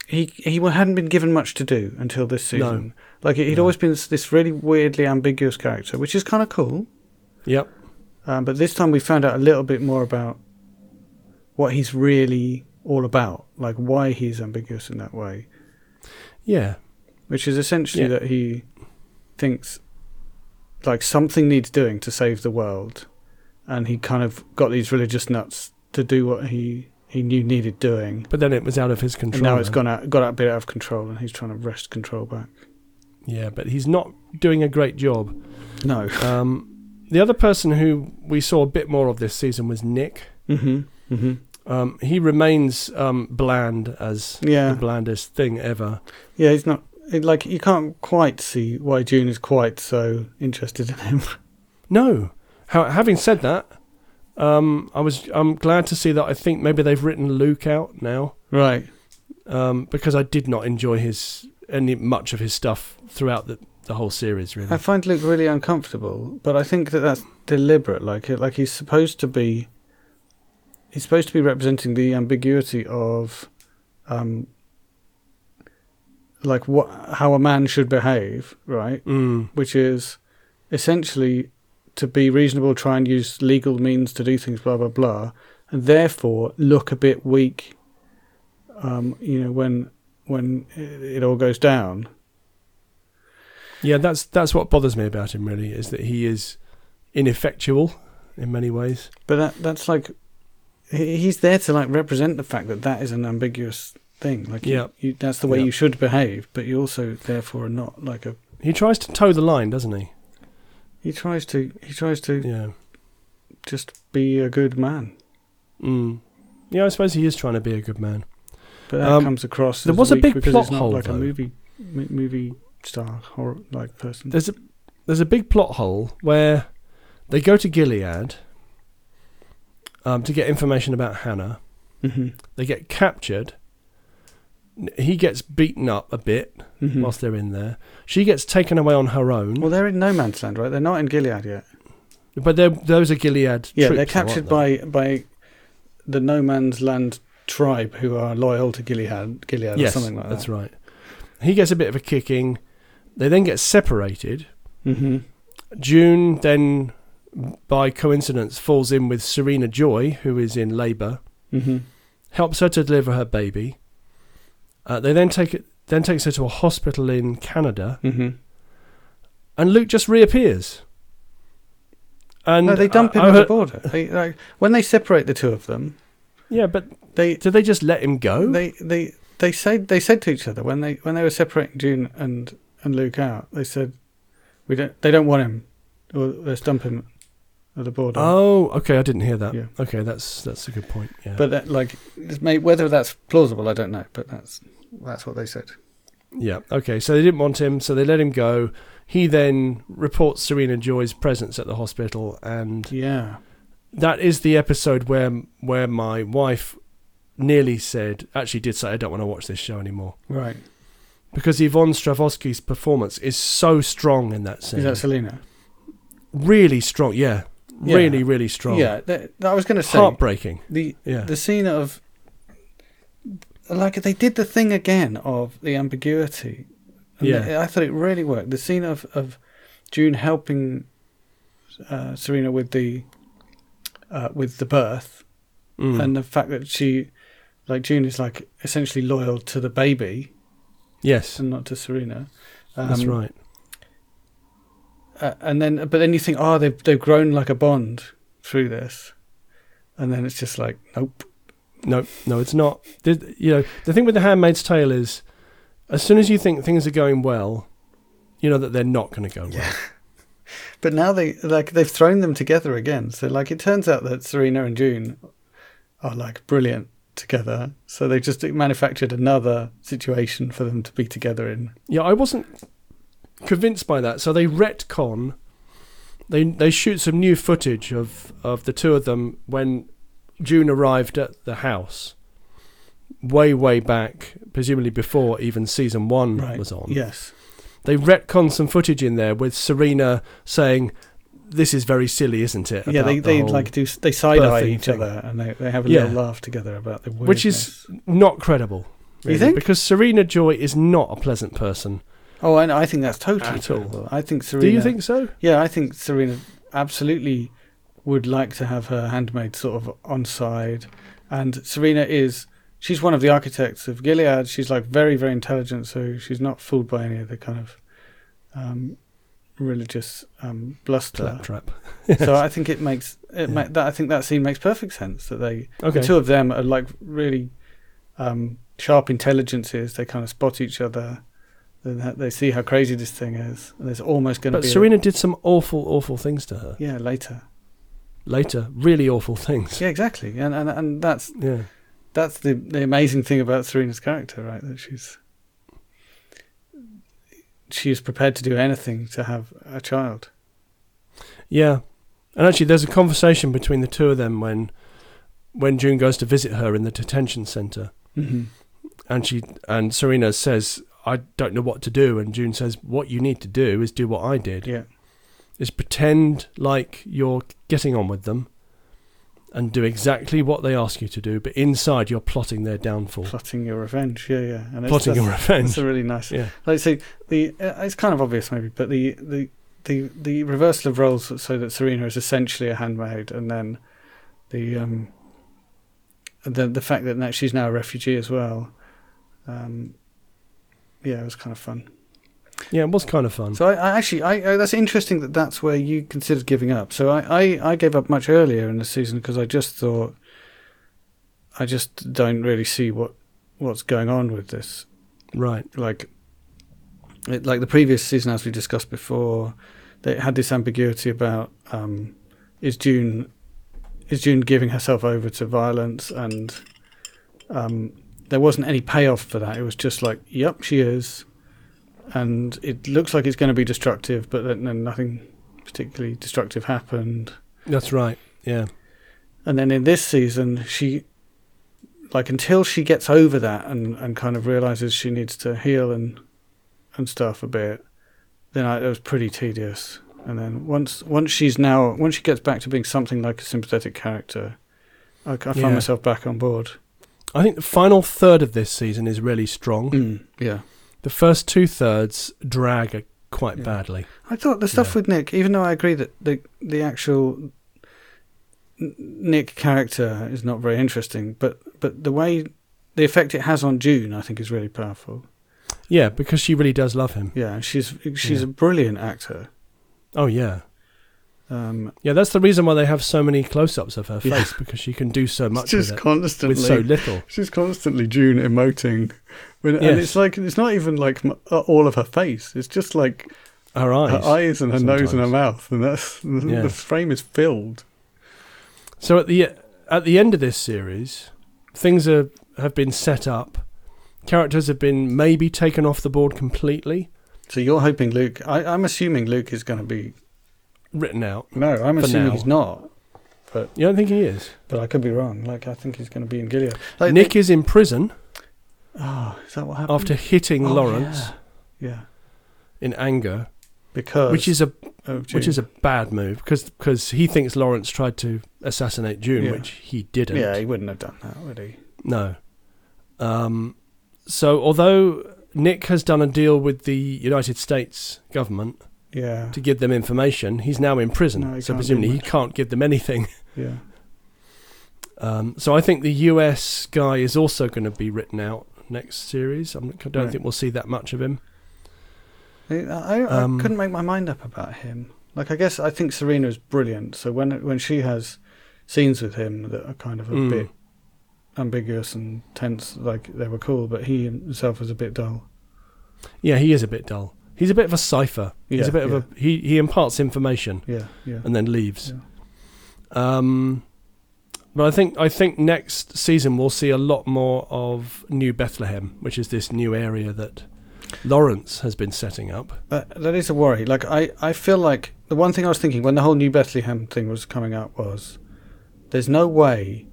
[SPEAKER 1] he he hadn't been given much to do until this
[SPEAKER 2] No.
[SPEAKER 1] season. Like he'd
[SPEAKER 2] No.
[SPEAKER 1] always been this- this really weirdly ambiguous character, which is kind of cool.
[SPEAKER 2] Yep.
[SPEAKER 1] Um, but this time we found out a little bit more about what he's really all about, like why he's ambiguous in that way,
[SPEAKER 2] Yeah.
[SPEAKER 1] which is essentially
[SPEAKER 2] Yeah.
[SPEAKER 1] that he thinks like something needs doing to save the world, and he kind of got these religious nuts to do what he he knew needed doing,
[SPEAKER 2] But then it was out of his control.
[SPEAKER 1] and now it's
[SPEAKER 2] then.
[SPEAKER 1] gone out got a bit out of control, and he's trying to wrest control back.
[SPEAKER 2] Yeah, but he's not doing a great job.
[SPEAKER 1] No.
[SPEAKER 2] Um, the other person who we saw a bit more of this season was Nick.
[SPEAKER 1] Mm-hmm. Mm-hmm.
[SPEAKER 2] Um, he remains um, bland as the
[SPEAKER 1] Yeah.
[SPEAKER 2] blandest thing ever.
[SPEAKER 1] Yeah. He's not. It, like you can't quite see why June is quite so interested in him.
[SPEAKER 2] No. How, having said that, um, I was I'm glad to see that I think maybe they've written Luke out now
[SPEAKER 1] right.
[SPEAKER 2] um, because I did not enjoy his any much of his stuff throughout the, the whole series really.
[SPEAKER 1] I find Luke really uncomfortable, but I think that that's deliberate. Like, it, like he's supposed to be, he's supposed to be representing the ambiguity of, um, like what how a man should behave, right?
[SPEAKER 2] Mm,
[SPEAKER 1] Which is essentially to be reasonable, try and use legal means to do things, blah blah blah, and therefore look a bit weak. Um, you know when when it, it all goes down.
[SPEAKER 2] yeah, that's that's what bothers me about him really is that he is ineffectual in many ways.
[SPEAKER 1] But that that's like he- he's there to like represent the fact that that is an ambiguous thing. Like you-
[SPEAKER 2] Yeah.
[SPEAKER 1] you, that's the way
[SPEAKER 2] Yeah.
[SPEAKER 1] you should behave, but you also therefore are not like a.
[SPEAKER 2] He tries to toe the line, doesn't he?
[SPEAKER 1] He tries to he tries to
[SPEAKER 2] Yeah.
[SPEAKER 1] just be a good man,
[SPEAKER 2] Mm. Yeah, I suppose he is trying to be a good man.
[SPEAKER 1] but that
[SPEAKER 2] Um,
[SPEAKER 1] comes across.
[SPEAKER 2] there
[SPEAKER 1] as
[SPEAKER 2] was a
[SPEAKER 1] weak
[SPEAKER 2] big
[SPEAKER 1] because
[SPEAKER 2] plot
[SPEAKER 1] it's not
[SPEAKER 2] hole,
[SPEAKER 1] like a
[SPEAKER 2] though.
[SPEAKER 1] movie m- movie star horror like person.
[SPEAKER 2] There's a there's a big plot hole where they go to Gilead um, to get information about Hannah.
[SPEAKER 1] hmm
[SPEAKER 2] They get captured. N- He gets beaten up a bit whilst they're in there. She gets taken away on her own.
[SPEAKER 1] Mm-hmm. Well, they're in no man's land, right? They're not in Gilead yet.
[SPEAKER 2] but they're, those are Gilead.
[SPEAKER 1] Yeah,
[SPEAKER 2] troops,
[SPEAKER 1] they're
[SPEAKER 2] though, aren't
[SPEAKER 1] captured
[SPEAKER 2] they?
[SPEAKER 1] by by the no man's land tribe who are loyal to Gilead, Gilead or
[SPEAKER 2] yes,
[SPEAKER 1] something like that.
[SPEAKER 2] That's right. He gets a bit of a kicking. They then get separated.
[SPEAKER 1] Mm-hmm.
[SPEAKER 2] June then, by coincidence, falls in with Serena Joy, who is in labour.
[SPEAKER 1] Mm-hmm.
[SPEAKER 2] helps her to deliver her baby. Uh, they then take it, then takes her to a hospital in Canada,
[SPEAKER 1] Mm-hmm.
[SPEAKER 2] and Luke just reappears. And
[SPEAKER 1] No, they dump
[SPEAKER 2] I-
[SPEAKER 1] him
[SPEAKER 2] I
[SPEAKER 1] at the
[SPEAKER 2] heard-
[SPEAKER 1] border. They, like, when they separate the two of them,
[SPEAKER 2] Yeah, but
[SPEAKER 1] they
[SPEAKER 2] did they just let him go?
[SPEAKER 1] they they they said they said to each other when they when they were separating June and and Luke out, they said we don't they don't want him, or let's dump him at the border.
[SPEAKER 2] oh, okay, I didn't hear that.
[SPEAKER 1] Yeah.
[SPEAKER 2] Okay, that's that's a good point. Yeah,
[SPEAKER 1] But that, like, it's may, whether that's plausible, I don't know. But that's that's what they said.
[SPEAKER 2] yeah, okay. So they didn't want him, so they let him go. He then reports Serena Joy's presence at the hospital, and
[SPEAKER 1] Yeah.
[SPEAKER 2] that is the episode where where my wife nearly said, actually did say, I don't want to watch this show anymore.
[SPEAKER 1] Right.
[SPEAKER 2] because Yvonne Stravosky's performance is so strong in that scene.
[SPEAKER 1] Is that Selena?
[SPEAKER 2] really strong, yeah.
[SPEAKER 1] Yeah.
[SPEAKER 2] Really, really strong.
[SPEAKER 1] Yeah. That, that I was going to say
[SPEAKER 2] Heartbreaking.
[SPEAKER 1] the
[SPEAKER 2] Yeah.
[SPEAKER 1] the scene of like they did the thing again of the ambiguity. And
[SPEAKER 2] Yeah.
[SPEAKER 1] they- I thought it really worked. The scene of of June helping uh, Serena with the uh, with the birth
[SPEAKER 2] Mm.
[SPEAKER 1] and the fact that she like June is like essentially loyal to the baby
[SPEAKER 2] yes.
[SPEAKER 1] and not to Serena. Um,
[SPEAKER 2] that's right.
[SPEAKER 1] uh, and then but then you think oh they've they've grown like a bond through this. And then it's just like nope.
[SPEAKER 2] No, no, it's not. The, you know, the thing with The Handmaid's Tale is as soon as you think things are going well, you know that they're not going to go well.
[SPEAKER 1] But now they like they've thrown them together again. So like it turns out that Serena and June are like brilliant together. So they just manufactured another situation for them to be together in.
[SPEAKER 2] Yeah, I wasn't convinced by that. So they retcon. They they shoot some new footage of of the two of them when June arrived at the house. Way way back, presumably before even season one was on.
[SPEAKER 1] Yes.
[SPEAKER 2] They retcon some footage in there with Serena saying, "This is very silly, isn't it?"
[SPEAKER 1] yeah.
[SPEAKER 2] about
[SPEAKER 1] They
[SPEAKER 2] the
[SPEAKER 1] they
[SPEAKER 2] whole-
[SPEAKER 1] like do they side eye
[SPEAKER 2] birthing
[SPEAKER 1] each
[SPEAKER 2] thing.
[SPEAKER 1] other and they, they have a
[SPEAKER 2] Yeah.
[SPEAKER 1] little laugh together about the weirdness.
[SPEAKER 2] Which is- not credible.
[SPEAKER 1] You think?
[SPEAKER 2] Because Serena Joy is not a pleasant person.
[SPEAKER 1] oh, I, I think that's totally
[SPEAKER 2] At all.
[SPEAKER 1] terrible. I think Serena.
[SPEAKER 2] Do you think so?
[SPEAKER 1] Yeah, I think Serena absolutely would like to have her handmaid sort of on side. And Serena is she's one of the architects of Gilead. She's like very, very intelligent, so she's not fooled by any of the kind of um, religious um, bluster.
[SPEAKER 2] Clap trap.
[SPEAKER 1] so I think it makes it
[SPEAKER 2] Yeah.
[SPEAKER 1] ma- that I think that scene makes perfect sense that they
[SPEAKER 2] Okay.
[SPEAKER 1] the two of them are like really um, sharp intelligences. They kind of spot each other. Then ha- they see how crazy this thing is. And there's almost going to
[SPEAKER 2] But
[SPEAKER 1] be a-
[SPEAKER 2] Serena did some awful, awful things to her
[SPEAKER 1] yeah later.
[SPEAKER 2] later. Really awful things.
[SPEAKER 1] Yeah, exactly. And and, and that's
[SPEAKER 2] Yeah.
[SPEAKER 1] that's the the amazing thing about Serena's character, right? That she's she is prepared to do anything to have a child.
[SPEAKER 2] Yeah. And actually, there's a conversation between the two of them when when June goes to visit her in the detention center,
[SPEAKER 1] Mm-hmm.
[SPEAKER 2] and she and Serena says, "I don't know what to do," and June says, "What you need to do is do what I did,
[SPEAKER 1] Yeah,
[SPEAKER 2] is pretend like you're getting on with them." And do exactly what they ask you to do, but inside you're plotting their downfall,
[SPEAKER 1] plotting your revenge. Yeah, yeah. And
[SPEAKER 2] plotting
[SPEAKER 1] that's-
[SPEAKER 2] your revenge.
[SPEAKER 1] That's a really nice
[SPEAKER 2] Yeah,
[SPEAKER 1] Like so, the uh, it's kind of obvious maybe, but the the the the reversal of roles so that Serena is essentially a handmaid, and then the um and then the fact that now she's now a refugee as well. Um, yeah, it was kind of fun.
[SPEAKER 2] yeah, it was kind of fun.
[SPEAKER 1] So I, I actually, I, I that's interesting that that's where you considered giving up. So I, I, I gave up much earlier in the season because I just thought, I just don't really see what what's going on with this
[SPEAKER 2] right.
[SPEAKER 1] like it, like the previous season as we discussed before they had this ambiguity about um is June is June giving herself over to violence and um there wasn't any payoff for that it was just like yep she is and it looks like it's going to be destructive but then, then nothing particularly destructive happened
[SPEAKER 2] That's right. Yeah.
[SPEAKER 1] and then in this season she like until she gets over that and and kind of realizes she needs to heal and and stuff a bit then I, it was pretty tedious and then once once she's now once she gets back to being something like a sympathetic character i, I find
[SPEAKER 2] Yeah.
[SPEAKER 1] myself back on board
[SPEAKER 2] I think the final third of this season is really strong.
[SPEAKER 1] Mm. yeah
[SPEAKER 2] The first two thirds drag uh, quite
[SPEAKER 1] Yeah.
[SPEAKER 2] badly.
[SPEAKER 1] i thought the stuff
[SPEAKER 2] Yeah.
[SPEAKER 1] with nick even though i agree that the the actual N- nick character is not very interesting but but the way the effect it has on june i think is really powerful
[SPEAKER 2] Yeah, because she really does love him.
[SPEAKER 1] Yeah, she's she's
[SPEAKER 2] Yeah.
[SPEAKER 1] a brilliant actor.
[SPEAKER 2] Oh yeah,
[SPEAKER 1] Um,
[SPEAKER 2] yeah. That's the reason why they have so many close-ups of her
[SPEAKER 1] Yeah.
[SPEAKER 2] face because she can do so much with,
[SPEAKER 1] just
[SPEAKER 2] it,
[SPEAKER 1] constantly,
[SPEAKER 2] with so little.
[SPEAKER 1] she's constantly June emoting, when, and
[SPEAKER 2] Yes.
[SPEAKER 1] it's like it's not even like m- uh, all of her face. It's just like
[SPEAKER 2] Her eyes.
[SPEAKER 1] her eyes and her nose and her
[SPEAKER 2] sometimes.
[SPEAKER 1] mouth, and that's the,
[SPEAKER 2] Yeah.
[SPEAKER 1] the frame is filled.
[SPEAKER 2] So at the at the end of this series, things are have been set up. Characters have been maybe taken off the board completely,
[SPEAKER 1] So you're hoping Luke? I, I'm assuming Luke is going to be.
[SPEAKER 2] written out.
[SPEAKER 1] No, I'm
[SPEAKER 2] For
[SPEAKER 1] assuming
[SPEAKER 2] now.
[SPEAKER 1] he's not.
[SPEAKER 2] You don't think he is?
[SPEAKER 1] But I could be wrong. Like I think he's going to be in Gilead. Like,
[SPEAKER 2] Nick is in prison
[SPEAKER 1] oh, is that what happened
[SPEAKER 2] after hitting
[SPEAKER 1] Oh,
[SPEAKER 2] Lawrence
[SPEAKER 1] Yeah, yeah.
[SPEAKER 2] in anger,
[SPEAKER 1] because
[SPEAKER 2] which is a
[SPEAKER 1] of
[SPEAKER 2] which is a bad move because he thinks Lawrence tried to assassinate June,
[SPEAKER 1] Yeah.
[SPEAKER 2] which he didn't.
[SPEAKER 1] yeah, he wouldn't have done that, would he?
[SPEAKER 2] No. Um, so although Nick has done a deal with the United States government
[SPEAKER 1] Yeah,
[SPEAKER 2] to give them information, he's now in prison.
[SPEAKER 1] No, he
[SPEAKER 2] so
[SPEAKER 1] can't do
[SPEAKER 2] presumably he
[SPEAKER 1] much.
[SPEAKER 2] can't give them anything.
[SPEAKER 1] yeah.
[SPEAKER 2] Um, so I think the US guy is also going to be written out next series. I'm, I don't
[SPEAKER 1] Right.
[SPEAKER 2] think we'll see that much of him.
[SPEAKER 1] I, I,
[SPEAKER 2] Um,
[SPEAKER 1] I couldn't make my mind up about him. Like, I guess I think Serena is brilliant. So when when she has scenes with him that are kind of a
[SPEAKER 2] Mm.
[SPEAKER 1] bit ambiguous and tense, like they were cool, but he himself was a bit dull.
[SPEAKER 2] Yeah, he is a bit dull. He's a bit of a cipher. he's
[SPEAKER 1] Yeah,
[SPEAKER 2] a bit
[SPEAKER 1] yeah.
[SPEAKER 2] of a he, he imparts information.
[SPEAKER 1] Yeah, yeah.
[SPEAKER 2] and then leaves. Um, but I think I think next season we'll see a lot more of New Bethlehem, which is this new area that Lawrence has been setting up.
[SPEAKER 1] That, Uh, that is a worry. Like, I, I feel like the one thing I was thinking when the whole New Bethlehem thing was coming out was there's no way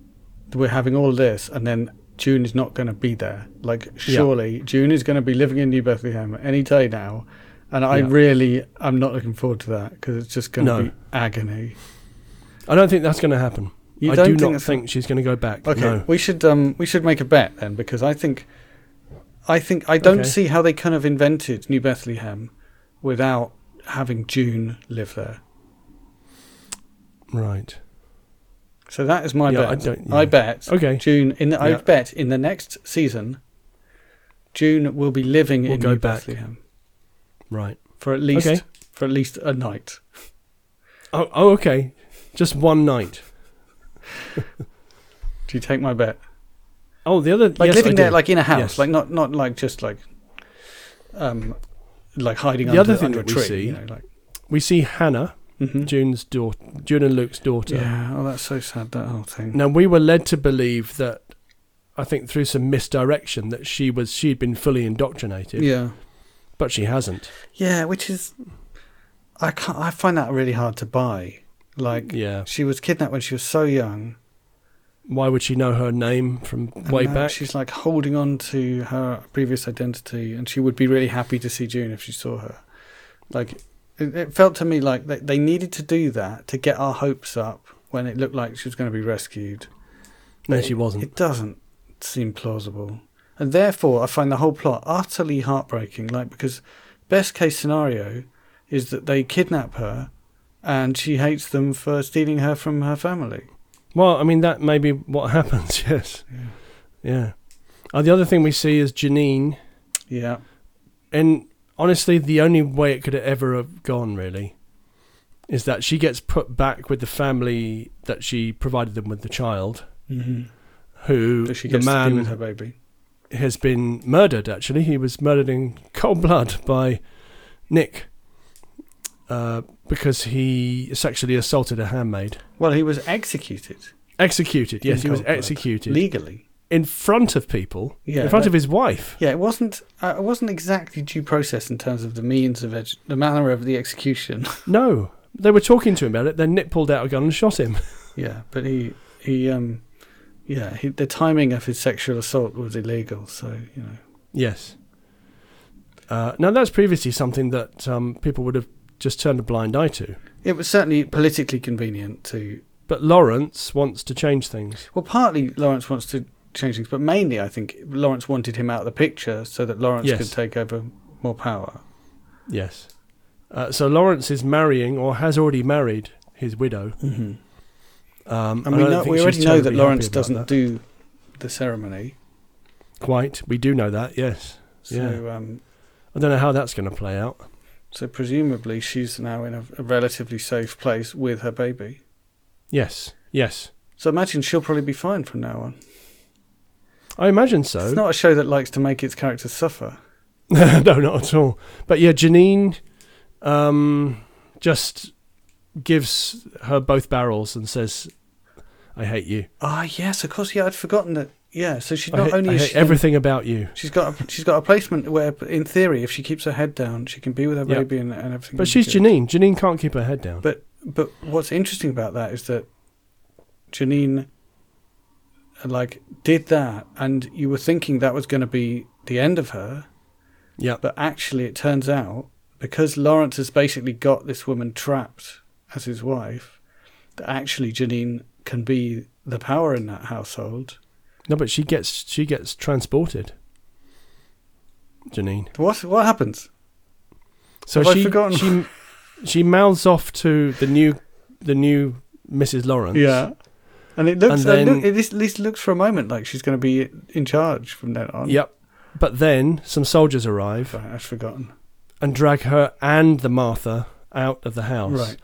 [SPEAKER 1] that we're having all this and then June is not going to be there. Like, surely June is going to be living in New Bethlehem any day now. And I
[SPEAKER 2] Yeah.
[SPEAKER 1] really, I'm not looking forward to that because it's just going to
[SPEAKER 2] No.
[SPEAKER 1] be agony.
[SPEAKER 2] I don't think that's going to happen.
[SPEAKER 1] You
[SPEAKER 2] I
[SPEAKER 1] don't
[SPEAKER 2] do
[SPEAKER 1] think
[SPEAKER 2] not
[SPEAKER 1] that's-
[SPEAKER 2] think she's going to go back.
[SPEAKER 1] Okay,
[SPEAKER 2] No.
[SPEAKER 1] we should um we should make a bet then because I think I think I don't
[SPEAKER 2] Okay.
[SPEAKER 1] see how they kind of invented New Bethlehem without having June live there.
[SPEAKER 2] Right.
[SPEAKER 1] So that is my
[SPEAKER 2] Yeah,
[SPEAKER 1] bet.
[SPEAKER 2] I
[SPEAKER 1] I,
[SPEAKER 2] don't- yeah.
[SPEAKER 1] bet
[SPEAKER 2] Okay.
[SPEAKER 1] June in the, I
[SPEAKER 2] Yeah.
[SPEAKER 1] bet in the next season June will be living
[SPEAKER 2] We'll
[SPEAKER 1] in
[SPEAKER 2] go
[SPEAKER 1] New
[SPEAKER 2] back.
[SPEAKER 1] Bethlehem
[SPEAKER 2] Right.
[SPEAKER 1] for at least
[SPEAKER 2] Okay.
[SPEAKER 1] for at least a night.
[SPEAKER 2] Oh, oh okay. Just one night.
[SPEAKER 1] Do you take my bet?
[SPEAKER 2] Oh, the other
[SPEAKER 1] Like
[SPEAKER 2] yes,
[SPEAKER 1] living
[SPEAKER 2] I
[SPEAKER 1] there,
[SPEAKER 2] do.
[SPEAKER 1] like in a house,
[SPEAKER 2] Yes.
[SPEAKER 1] like not not like just like, um, like hiding
[SPEAKER 2] The
[SPEAKER 1] under,
[SPEAKER 2] other thing
[SPEAKER 1] under a
[SPEAKER 2] that we
[SPEAKER 1] tree.
[SPEAKER 2] see-
[SPEAKER 1] You know, like,
[SPEAKER 2] we see Hannah,
[SPEAKER 1] Mhm.
[SPEAKER 2] June's daughter, June and Luke's daughter.
[SPEAKER 1] yeah. Oh, that's so sad. That whole thing.
[SPEAKER 2] Now we were led to believe that, I think through some misdirection, that she was she'd been fully indoctrinated,
[SPEAKER 1] Yeah.
[SPEAKER 2] but she hasn't.
[SPEAKER 1] Yeah, which is, I can't. I find that really hard to buy. Like,
[SPEAKER 2] Yeah.
[SPEAKER 1] she was kidnapped when she was so young.
[SPEAKER 2] Why would she know her name from
[SPEAKER 1] and
[SPEAKER 2] way
[SPEAKER 1] now
[SPEAKER 2] back?
[SPEAKER 1] she's like holding on to her previous identity, and she would be really happy to see June if she saw her. Like, it, it felt to me like they, they needed to do that to get our hopes up when it looked like she was going to be rescued.
[SPEAKER 2] No,
[SPEAKER 1] But
[SPEAKER 2] she
[SPEAKER 1] it-
[SPEAKER 2] wasn't.
[SPEAKER 1] It doesn't seem plausible. And therefore, I find the whole plot utterly heartbreaking. Like, because best case scenario is that they kidnap her and she hates them for stealing her from her family.
[SPEAKER 2] Well, I mean that may be what happens. Yes.
[SPEAKER 1] Yeah.
[SPEAKER 2] Yeah. Uh, the other thing we see is Janine,
[SPEAKER 1] Yeah.
[SPEAKER 2] and honestly, the only way it could have ever have gone really is that she gets put back with the family that she provided them with the child,
[SPEAKER 1] Mm-hmm.
[SPEAKER 2] who
[SPEAKER 1] But she
[SPEAKER 2] the
[SPEAKER 1] gets to be with
[SPEAKER 2] man
[SPEAKER 1] her baby.
[SPEAKER 2] has been murdered. Actually, he was murdered in cold blood by Nick uh, because he sexually assaulted a handmaid.
[SPEAKER 1] Well, he was executed
[SPEAKER 2] Executed.
[SPEAKER 1] In
[SPEAKER 2] Yes, he was
[SPEAKER 1] cold blood.
[SPEAKER 2] executed
[SPEAKER 1] legally.
[SPEAKER 2] in front of people,
[SPEAKER 1] Yeah.
[SPEAKER 2] in front
[SPEAKER 1] that-
[SPEAKER 2] of his wife.
[SPEAKER 1] yeah, it wasn't. Uh, it wasn't exactly due process in terms of the means of edu- the manner of the execution.
[SPEAKER 2] No, they were talking to him about it. Then Nick pulled out a gun and shot him.
[SPEAKER 1] yeah, but he he um yeah he, the timing of his sexual assault was illegal. So you know.
[SPEAKER 2] Yes. Uh, now that's previously something that um, people would have just turned a blind eye to.
[SPEAKER 1] It was certainly politically convenient to.
[SPEAKER 2] But Lawrence wants to change things.
[SPEAKER 1] Well, partly Lawrence wants to change things, but mainly I think Lawrence wanted him out of the picture so that Lawrence
[SPEAKER 2] Yes.
[SPEAKER 1] could take over more power.
[SPEAKER 2] Yes. Uh, so Lawrence is marrying or has already married his widow.
[SPEAKER 1] Mm-hmm.
[SPEAKER 2] Um,
[SPEAKER 1] And
[SPEAKER 2] I
[SPEAKER 1] we,
[SPEAKER 2] don't
[SPEAKER 1] know,
[SPEAKER 2] think
[SPEAKER 1] we
[SPEAKER 2] she's
[SPEAKER 1] already know that
[SPEAKER 2] terribly
[SPEAKER 1] Lawrence
[SPEAKER 2] happy about
[SPEAKER 1] doesn't
[SPEAKER 2] that.
[SPEAKER 1] do the ceremony.
[SPEAKER 2] quite. We do know that. Yes.
[SPEAKER 1] So, um,
[SPEAKER 2] I don't know how that's going to play out.
[SPEAKER 1] so presumably she's now in a, a relatively safe place with her baby.
[SPEAKER 2] Yes. Yes.
[SPEAKER 1] So imagine she'll probably be fine from now on.
[SPEAKER 2] I imagine so.
[SPEAKER 1] It's not a show that likes to make its characters suffer.
[SPEAKER 2] no, not at all. But yeah, Janine um, just gives her both barrels and says, "I hate you.
[SPEAKER 1] Ah, yes, of course. Yeah, I'd forgotten that. Yeah, so she's
[SPEAKER 2] I
[SPEAKER 1] not
[SPEAKER 2] hate,
[SPEAKER 1] only
[SPEAKER 2] I
[SPEAKER 1] is
[SPEAKER 2] hate
[SPEAKER 1] she in-
[SPEAKER 2] everything about you."
[SPEAKER 1] She's got a, she's got a placement where, in theory, if she keeps her head down, she can be with her
[SPEAKER 2] Yeah.
[SPEAKER 1] baby and, and everything.
[SPEAKER 2] But
[SPEAKER 1] will
[SPEAKER 2] she's
[SPEAKER 1] be good.
[SPEAKER 2] Janine. Janine can't keep her head down.
[SPEAKER 1] But but what's interesting about that is that Janine, like, did that, and you were thinking that was going to be the end of her,
[SPEAKER 2] yeah.
[SPEAKER 1] but actually, it turns out because Lawrence has basically got this woman trapped as his wife, that actually Janine can be the power in that household.
[SPEAKER 2] No, but she gets she gets transported. Janine.
[SPEAKER 1] What what happens?
[SPEAKER 2] So
[SPEAKER 1] Have I
[SPEAKER 2] she
[SPEAKER 1] forgotten?
[SPEAKER 2] she she mouths off to the new the new Mrs. Lawrence.
[SPEAKER 1] Yeah. And it looks,
[SPEAKER 2] And
[SPEAKER 1] and
[SPEAKER 2] then-
[SPEAKER 1] look- it at least looks for a moment like she's going to be in charge from then on.
[SPEAKER 2] Yep. But then some soldiers arrive
[SPEAKER 1] Right, I've forgotten.
[SPEAKER 2] and drag her and the Martha out of the house.
[SPEAKER 1] Right.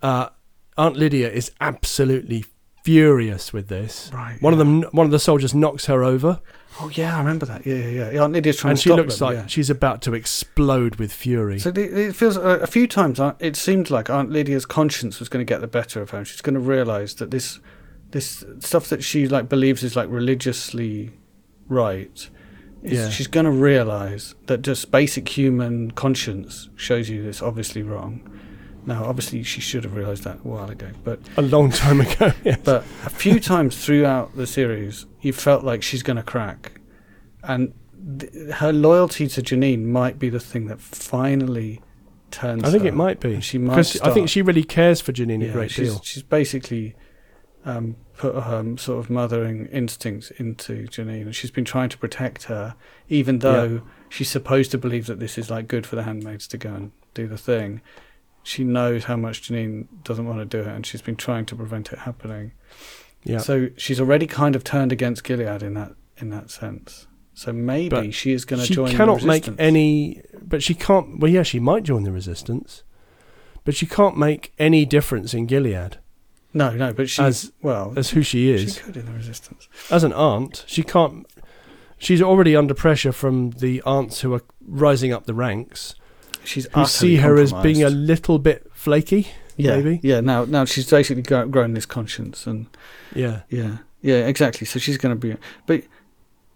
[SPEAKER 2] Uh, Aunt Lydia is absolutely furious with this.
[SPEAKER 1] Right.
[SPEAKER 2] One of
[SPEAKER 1] yeah.
[SPEAKER 2] them, one of the soldiers knocks her over,
[SPEAKER 1] Oh, yeah, I remember that. Yeah, yeah, yeah. Aunt Lydia's trying
[SPEAKER 2] and
[SPEAKER 1] to
[SPEAKER 2] she
[SPEAKER 1] stop
[SPEAKER 2] looks
[SPEAKER 1] them,
[SPEAKER 2] like
[SPEAKER 1] yeah.
[SPEAKER 2] she's about to explode with fury.
[SPEAKER 1] So it, it feels uh, a few times uh, it seemed like Aunt Lydia's conscience was going to get the better of her. And she's going to realize that this this stuff that she like believes is like religiously right. Is,
[SPEAKER 2] Yeah.
[SPEAKER 1] She's going to realize that just basic human conscience shows you it's obviously wrong. Now, obviously, she should have realized that a while ago, but
[SPEAKER 2] a long time ago. yes.
[SPEAKER 1] But a few times throughout the series, you felt like she's going to crack. And th- her loyalty to Janine might be the thing that finally turns
[SPEAKER 2] I think
[SPEAKER 1] her.
[SPEAKER 2] it might be.
[SPEAKER 1] And she might
[SPEAKER 2] 'Cause I think
[SPEAKER 1] start-
[SPEAKER 2] she really cares for Janine a
[SPEAKER 1] Yeah,
[SPEAKER 2] great
[SPEAKER 1] she's,
[SPEAKER 2] deal.
[SPEAKER 1] she's basically um, put her um, sort of mothering instincts into Janine. And she's been trying to protect her, even though she's supposed to believe that this is like good for the handmaids to go and do the thing. She knows how much Janine doesn't want to do it, and she's been trying to prevent it happening.
[SPEAKER 2] Yeah.
[SPEAKER 1] So she's already kind of turned against Gilead in that in that sense. So maybe
[SPEAKER 2] But
[SPEAKER 1] she is going to
[SPEAKER 2] she
[SPEAKER 1] join. the
[SPEAKER 2] cannot make
[SPEAKER 1] resistance.
[SPEAKER 2] any, but she can't. Well, yeah, she might join the resistance, but she can't make any difference in Gilead
[SPEAKER 1] No, no, but she
[SPEAKER 2] as
[SPEAKER 1] well,
[SPEAKER 2] as who she
[SPEAKER 1] she
[SPEAKER 2] is.
[SPEAKER 1] could in the resistance.
[SPEAKER 2] as an aunt, she can't. She's already under pressure from the aunts who are rising up the ranks,
[SPEAKER 1] She's
[SPEAKER 2] who
[SPEAKER 1] utterly
[SPEAKER 2] see her as
[SPEAKER 1] compromised.
[SPEAKER 2] being a little bit flaky.
[SPEAKER 1] yeah,
[SPEAKER 2] maybe.
[SPEAKER 1] yeah. Now, now she's basically gro- grown this conscience, and
[SPEAKER 2] Yeah,
[SPEAKER 1] yeah, yeah, exactly. So she's going to be, but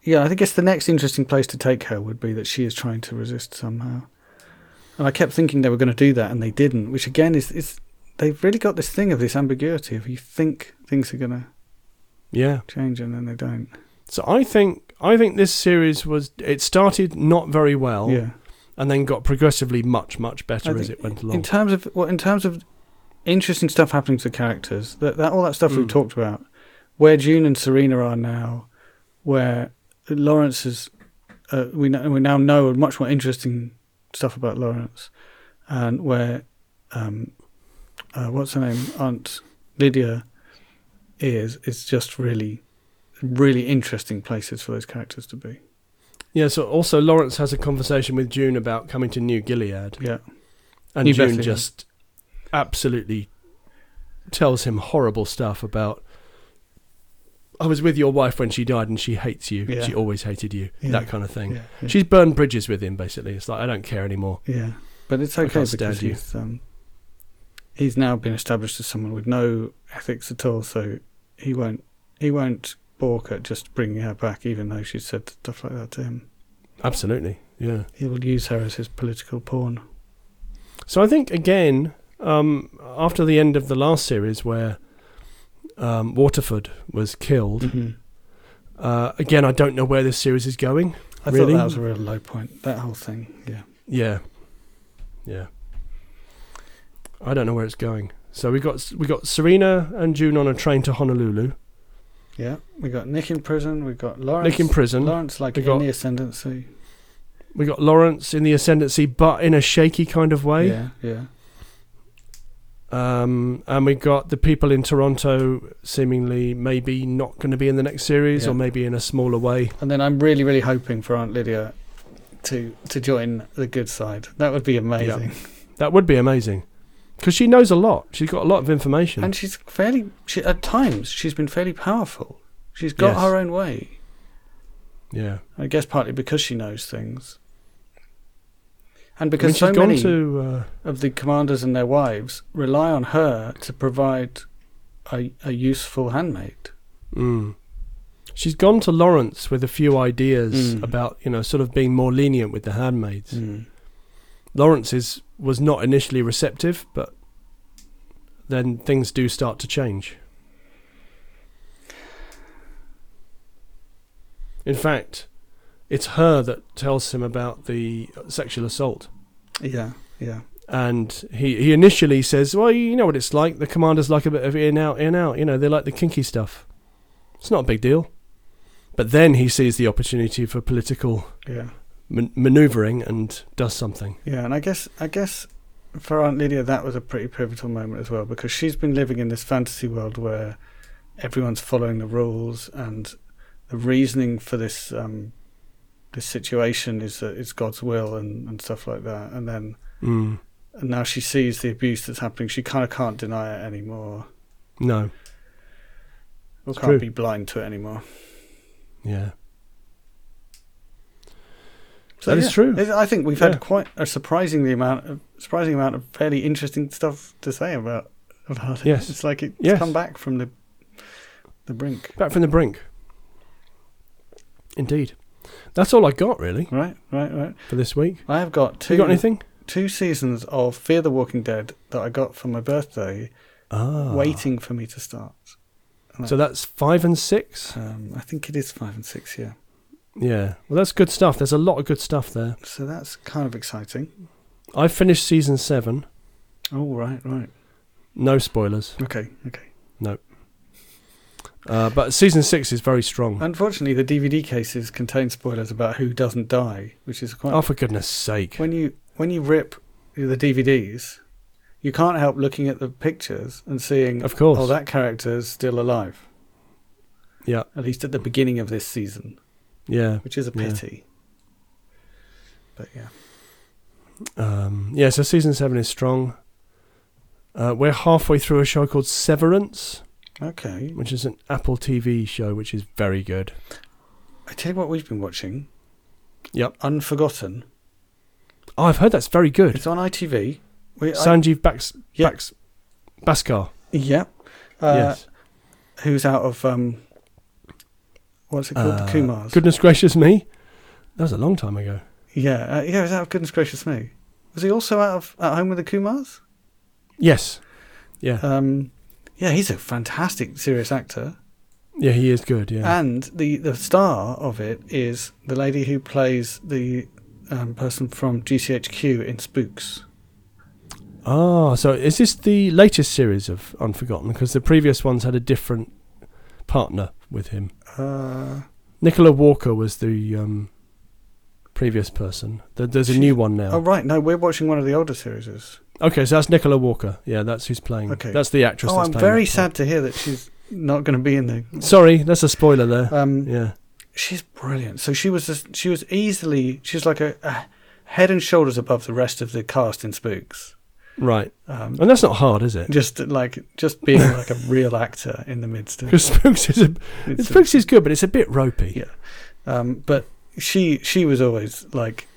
[SPEAKER 1] yeah, I think it's the next interesting place to take her would be that she is trying to resist somehow. And I kept thinking they were going to do that, and they didn't. Which again is is they've really got this thing of this ambiguity of you think things are going to
[SPEAKER 2] yeah.
[SPEAKER 1] change and then they don't.
[SPEAKER 2] So I think I think this series was it started not very well,
[SPEAKER 1] yeah.
[SPEAKER 2] and then got progressively much much better
[SPEAKER 1] I
[SPEAKER 2] as
[SPEAKER 1] think
[SPEAKER 2] it went
[SPEAKER 1] In
[SPEAKER 2] along.
[SPEAKER 1] terms of well, in terms of interesting stuff happening to the characters, that, that all that stuff we've
[SPEAKER 2] Mm.
[SPEAKER 1] talked about, where June and Serena are now, where Lawrence is, uh, we know, we now know much more interesting stuff about Lawrence, and where, um, uh, what's her name, Aunt Lydia, is is just really, really interesting places for those characters to be.
[SPEAKER 2] yeah. So also Lawrence has a conversation with June about coming to New Gilead,
[SPEAKER 1] Yeah,
[SPEAKER 2] and
[SPEAKER 1] New
[SPEAKER 2] June
[SPEAKER 1] Bethlehem.
[SPEAKER 2] just absolutely tells him horrible stuff about. I was with your wife when she died, and she hates you.
[SPEAKER 1] Yeah.
[SPEAKER 2] She always hated you.
[SPEAKER 1] Yeah.
[SPEAKER 2] That kind of thing.
[SPEAKER 1] yeah, yeah.
[SPEAKER 2] She's burned bridges with him, basically. It's like, I don't care anymore.
[SPEAKER 1] Yeah, but it's
[SPEAKER 2] I
[SPEAKER 1] okay
[SPEAKER 2] can't
[SPEAKER 1] because
[SPEAKER 2] stand you.
[SPEAKER 1] he's um, he's now been established as someone with no ethics at all, so he won't he won't balk at just bringing her back, even though she said stuff like that to him.
[SPEAKER 2] Absolutely. Yeah.
[SPEAKER 1] He will use her as his political pawn.
[SPEAKER 2] So I think, again, um, after the end of the last series where um, Waterford was
[SPEAKER 1] Mm.
[SPEAKER 2] killed, uh, again, I don't know where this series is going.
[SPEAKER 1] I
[SPEAKER 2] Really?
[SPEAKER 1] thought that was a real low point. That whole thing. Yeah.
[SPEAKER 2] Yeah. Yeah. I don't know where it's going. So we got we got Serena and June on a train to Honolulu.
[SPEAKER 1] Yeah. We got Nick in prison. We got Lawrence.
[SPEAKER 2] Nick in prison.
[SPEAKER 1] Lawrence like
[SPEAKER 2] We
[SPEAKER 1] in
[SPEAKER 2] got-
[SPEAKER 1] the ascendancy.
[SPEAKER 2] We got Lawrence in the ascendancy, but in a shaky kind of way.
[SPEAKER 1] Yeah. Yeah.
[SPEAKER 2] Um, and we got the people in Toronto seemingly maybe not going to be in the next series
[SPEAKER 1] Yeah.
[SPEAKER 2] or maybe in a smaller way.
[SPEAKER 1] And then I'm really, really hoping for Aunt Lydia to to join the good side. That would be amazing.
[SPEAKER 2] That would be amazing because she knows a lot. She's got a lot of information.
[SPEAKER 1] And she's fairly, she, at times, she's been fairly powerful. She's got
[SPEAKER 2] Yes.
[SPEAKER 1] her own way.
[SPEAKER 2] yeah,
[SPEAKER 1] I guess partly because she knows things. And
[SPEAKER 2] I mean,
[SPEAKER 1] because
[SPEAKER 2] she's
[SPEAKER 1] so
[SPEAKER 2] gone
[SPEAKER 1] many
[SPEAKER 2] to uh,
[SPEAKER 1] of the commanders and their wives rely on her to provide a, a useful handmaid.
[SPEAKER 2] mm, she's gone to Lawrence with a few ideas
[SPEAKER 1] Mm.
[SPEAKER 2] about you know sort of being more lenient with the handmaids. Lawrence is was not initially receptive, but then things do start to change. In fact, it's her that tells him about the sexual assault,
[SPEAKER 1] Yeah, yeah.
[SPEAKER 2] and he he initially says, "Well, you know what it's like. The commanders like a bit of in out, in out. You know, they like the kinky stuff. It's not a big deal." But then he sees the opportunity for political
[SPEAKER 1] Yeah.
[SPEAKER 2] man- maneuvering and does something.
[SPEAKER 1] Yeah, and I guess I guess for Aunt Lydia that was a pretty pivotal moment as well because she's been living in this fantasy world where everyone's following the rules and the reasoning for this um, this situation is that it's God's will and, and stuff like that. And then
[SPEAKER 2] Mm.
[SPEAKER 1] and now she sees the abuse that's happening. She kind of can't deny it anymore
[SPEAKER 2] No.
[SPEAKER 1] or
[SPEAKER 2] It's
[SPEAKER 1] can't
[SPEAKER 2] true.
[SPEAKER 1] be blind to it anymore.
[SPEAKER 2] Yeah.
[SPEAKER 1] So
[SPEAKER 2] That is true.
[SPEAKER 1] It- I think we've
[SPEAKER 2] Yeah.
[SPEAKER 1] had quite a surprisingly amount, of, surprising amount of fairly interesting stuff to say about about it.
[SPEAKER 2] Yes.
[SPEAKER 1] It's like it's
[SPEAKER 2] Yes.
[SPEAKER 1] come back from the the brink,
[SPEAKER 2] Back from the brink. Indeed. That's all I got really
[SPEAKER 1] right? Right? Right?
[SPEAKER 2] for this week.
[SPEAKER 1] I have got two
[SPEAKER 2] you got anything?
[SPEAKER 1] two seasons of Fear the Walking Dead that I got for my birthday,
[SPEAKER 2] Ah.
[SPEAKER 1] waiting for me to start.
[SPEAKER 2] So that's five and six.
[SPEAKER 1] Um, I think it is five and six, yeah.
[SPEAKER 2] Yeah. Well, that's good stuff. There's a lot of good stuff there.
[SPEAKER 1] So that's kind of exciting.
[SPEAKER 2] I finished season seven.
[SPEAKER 1] Oh, right, right.
[SPEAKER 2] No spoilers.
[SPEAKER 1] Okay, okay.
[SPEAKER 2] Uh, but season six is very strong.
[SPEAKER 1] Unfortunately, the DVD cases contain spoilers about who doesn't die, which is quite
[SPEAKER 2] oh, for goodness sake.
[SPEAKER 1] when you when you rip the DVDs, you can't help looking at the pictures and seeing,
[SPEAKER 2] Of course.
[SPEAKER 1] oh, that character's still alive.
[SPEAKER 2] Yeah.
[SPEAKER 1] At least at the beginning of this season,
[SPEAKER 2] Yeah.
[SPEAKER 1] which is a
[SPEAKER 2] Yeah.
[SPEAKER 1] pity. But yeah,
[SPEAKER 2] Um, yeah, so season seven is strong. Uh, we're halfway through a show called Severance,
[SPEAKER 1] Okay.
[SPEAKER 2] which is an Apple TV show, which is very good.
[SPEAKER 1] I tell you what we've been watching.
[SPEAKER 2] Yep.
[SPEAKER 1] Unforgotten.
[SPEAKER 2] Oh, I've heard that's very good.
[SPEAKER 1] It's on ITV. We, I,
[SPEAKER 2] Sanjeev Baks,
[SPEAKER 1] Yeah.
[SPEAKER 2] Baks, Baskar.
[SPEAKER 1] yeah. Uh,
[SPEAKER 2] yes.
[SPEAKER 1] Who's out of um? What's it called?
[SPEAKER 2] Uh,
[SPEAKER 1] the Kumars.
[SPEAKER 2] Goodness gracious me. That was a long time ago.
[SPEAKER 1] Yeah. Uh, yeah. He's out of Goodness Gracious Me. Was he also out of At Home with the Kumars?
[SPEAKER 2] Yes. Yeah.
[SPEAKER 1] Um, yeah. He's a fantastic serious actor,
[SPEAKER 2] yeah, he is good. Yeah.
[SPEAKER 1] and the the star of it is the lady who plays the um, person from GCHQ in Spooks.
[SPEAKER 2] Ah, so is this the latest series of Unforgotten? Because the previous ones had a different partner with him.
[SPEAKER 1] Uh,
[SPEAKER 2] Nicola Walker was the um, previous person. There, there's a
[SPEAKER 1] She-
[SPEAKER 2] new one now.
[SPEAKER 1] Oh right, no, we're watching one of the older series. Oh,
[SPEAKER 2] Okay, so that's Nicola Walker. Yeah, that's who's playing.
[SPEAKER 1] Okay.
[SPEAKER 2] That's the actress.
[SPEAKER 1] Oh,
[SPEAKER 2] that's
[SPEAKER 1] I'm
[SPEAKER 2] playing
[SPEAKER 1] very
[SPEAKER 2] that part.
[SPEAKER 1] sad to hear that she's not going to be in the.
[SPEAKER 2] Sorry, that's a spoiler there.
[SPEAKER 1] Um,
[SPEAKER 2] yeah.
[SPEAKER 1] she's brilliant. So she was just, she was easily she's like a, a head and shoulders above the rest of the cast in Spooks.
[SPEAKER 2] Right.
[SPEAKER 1] Um,
[SPEAKER 2] And that's not hard, is it?
[SPEAKER 1] just like just being like a real actor in the midst of
[SPEAKER 2] Because Spooks is a,
[SPEAKER 1] it's-
[SPEAKER 2] Spooks is good, but it's a bit ropey.
[SPEAKER 1] Yeah. um, but she she was always like,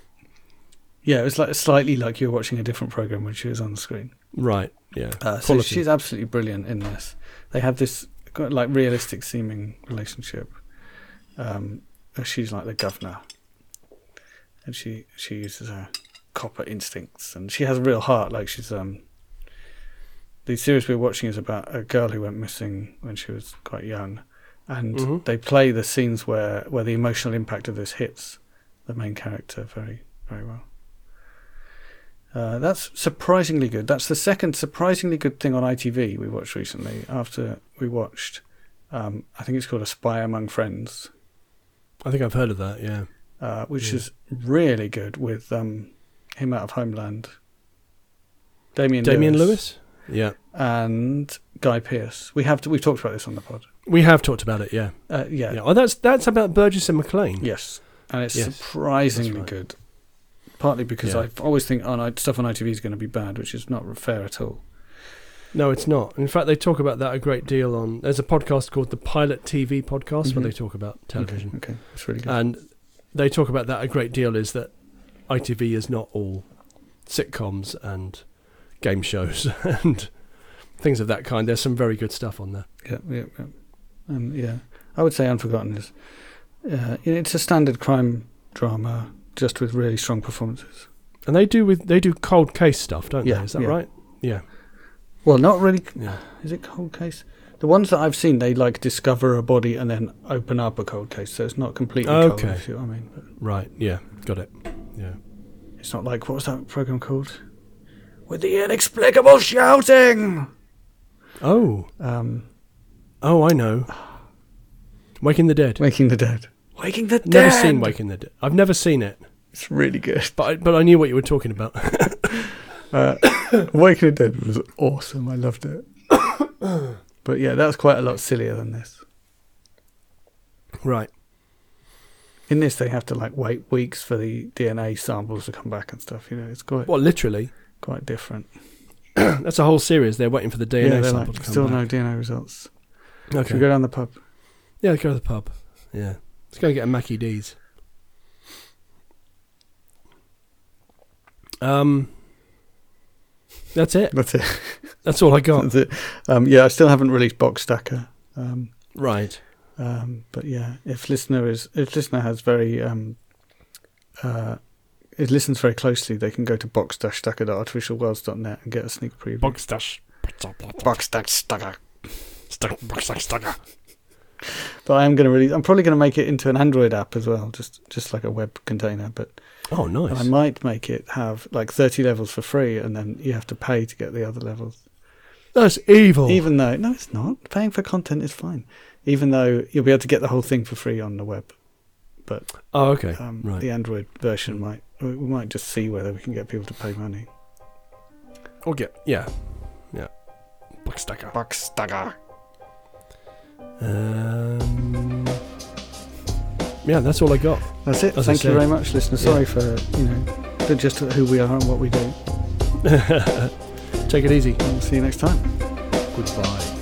[SPEAKER 1] yeah, it was like slightly like you're watching a different program when she was on the screen.
[SPEAKER 2] Right. Yeah.
[SPEAKER 1] Uh, so
[SPEAKER 2] Quality.
[SPEAKER 1] she's absolutely brilliant in this. They have this got, like realistic seeming relationship. Um, and she's like the governor, and she she uses her copper instincts, and she has a real heart. Like she's um. The series we're watching is about a girl who went missing when she was quite young, and
[SPEAKER 2] Mhm.
[SPEAKER 1] they play the scenes where where the emotional impact of this hits the main character very very well. Uh, that's surprisingly good. That's the second surprisingly good thing on ITV we watched recently. After we watched, um, I think it's called A Spy Among Friends,
[SPEAKER 2] I think I've heard of that. Yeah.
[SPEAKER 1] uh, which
[SPEAKER 2] Yeah.
[SPEAKER 1] is really good with um, him out of Homeland, Damien
[SPEAKER 2] Damien Lewis. Yeah.
[SPEAKER 1] and Guy Pearce. We have to, we've talked about this on the pod.
[SPEAKER 2] We have talked about it. Yeah.
[SPEAKER 1] Uh, yeah,
[SPEAKER 2] Yeah. Oh, that's that's about Burgess and McLean.
[SPEAKER 1] yes, and it's
[SPEAKER 2] Yes, that's
[SPEAKER 1] surprisingly
[SPEAKER 2] right.
[SPEAKER 1] good. Partly because
[SPEAKER 2] Yeah.
[SPEAKER 1] I always think oh, no, stuff on ITV is going to be bad, which is not fair at all.
[SPEAKER 2] No, it's not. In fact, they talk about that a great deal on. There's a podcast called the Pilot TV Podcast where
[SPEAKER 1] Mhm.
[SPEAKER 2] they talk about television.
[SPEAKER 1] Okay, it's really good.
[SPEAKER 2] and they talk about that a great deal is that ITV is not all sitcoms and game shows and things of that kind. There's some very good stuff on there.
[SPEAKER 1] Yeah, yeah, yeah. Um, yeah. I would say Unforgotten is. Uh, you know, it's a standard crime drama, just with really strong performances.
[SPEAKER 2] And they do with they do cold case stuff, don't
[SPEAKER 1] Yeah,
[SPEAKER 2] they? Is that
[SPEAKER 1] yeah.
[SPEAKER 2] right? Yeah.
[SPEAKER 1] Well, not really.
[SPEAKER 2] Yeah.
[SPEAKER 1] Is it cold case? The ones that I've seen, they like discover a body and then open up a cold case, so it's not completely
[SPEAKER 2] Okay.
[SPEAKER 1] cold. If you know what I mean, but
[SPEAKER 2] Right. Yeah. Got it. Yeah.
[SPEAKER 1] it's not like what was that program called? With the inexplicable shouting.
[SPEAKER 2] Oh.
[SPEAKER 1] Um,
[SPEAKER 2] Oh, I know. Waking the Dead.
[SPEAKER 1] Waking the Dead. Waking the Dead.
[SPEAKER 2] Never seen Waking the Dead. I've never seen it,
[SPEAKER 1] It's really good.
[SPEAKER 2] but I, but I knew what you were talking about.
[SPEAKER 1] Uh, Waking the Dead was awesome. I loved it. but yeah, that was quite a lot sillier than this.
[SPEAKER 2] right.
[SPEAKER 1] In this, they have to like wait weeks for the DNA samples to come back and stuff. You know, it's quite
[SPEAKER 2] Well, literally,
[SPEAKER 1] quite different.
[SPEAKER 2] that's a whole series. They're waiting for the DNA
[SPEAKER 1] yeah, they're
[SPEAKER 2] sample
[SPEAKER 1] like
[SPEAKER 2] to come
[SPEAKER 1] still
[SPEAKER 2] back.
[SPEAKER 1] no DNA results.
[SPEAKER 2] No. Okay.
[SPEAKER 1] Should we go down the pub?
[SPEAKER 2] Yeah, go to the pub. Yeah. Let's go and get a Mackie D's. Um That's it.
[SPEAKER 1] That's it.
[SPEAKER 2] That's all I got.
[SPEAKER 1] That's it. Um, yeah, I still haven't released Box Stacker. Um,
[SPEAKER 2] right.
[SPEAKER 1] um, but yeah, if listener is if listener has very um, uh, it listens very closely, they can go to box-stacker.artificialworlds.net and get a sneak preview.
[SPEAKER 3] Box dash.
[SPEAKER 1] Box-stacker.
[SPEAKER 3] Stuck, box dash, stucker.
[SPEAKER 1] But I am going to really, I'm probably going to make it into an Android app as well, just just like a web container. But
[SPEAKER 2] Oh nice.
[SPEAKER 1] And I might make it have like 30 levels for free and then you have to pay to get the other levels.
[SPEAKER 2] That's evil.
[SPEAKER 1] Even though, no, it's not. Paying for content is fine. Even though you'll be able to get the whole thing for free on the web. But
[SPEAKER 2] oh okay.
[SPEAKER 1] um,
[SPEAKER 2] right.
[SPEAKER 1] the Android version might, we we might just see whether we can get people to pay money.
[SPEAKER 2] Or get yeah. Yeah. Box stacker.
[SPEAKER 3] Box stucker.
[SPEAKER 2] Um Yeah, that's all I got.
[SPEAKER 1] That's it.
[SPEAKER 2] As I
[SPEAKER 1] Thank you
[SPEAKER 2] said.
[SPEAKER 1] very much, listener. Sorry for, you know, but just who we are and what we do.
[SPEAKER 4] Take it easy.
[SPEAKER 2] We'll see you next time.
[SPEAKER 1] Goodbye.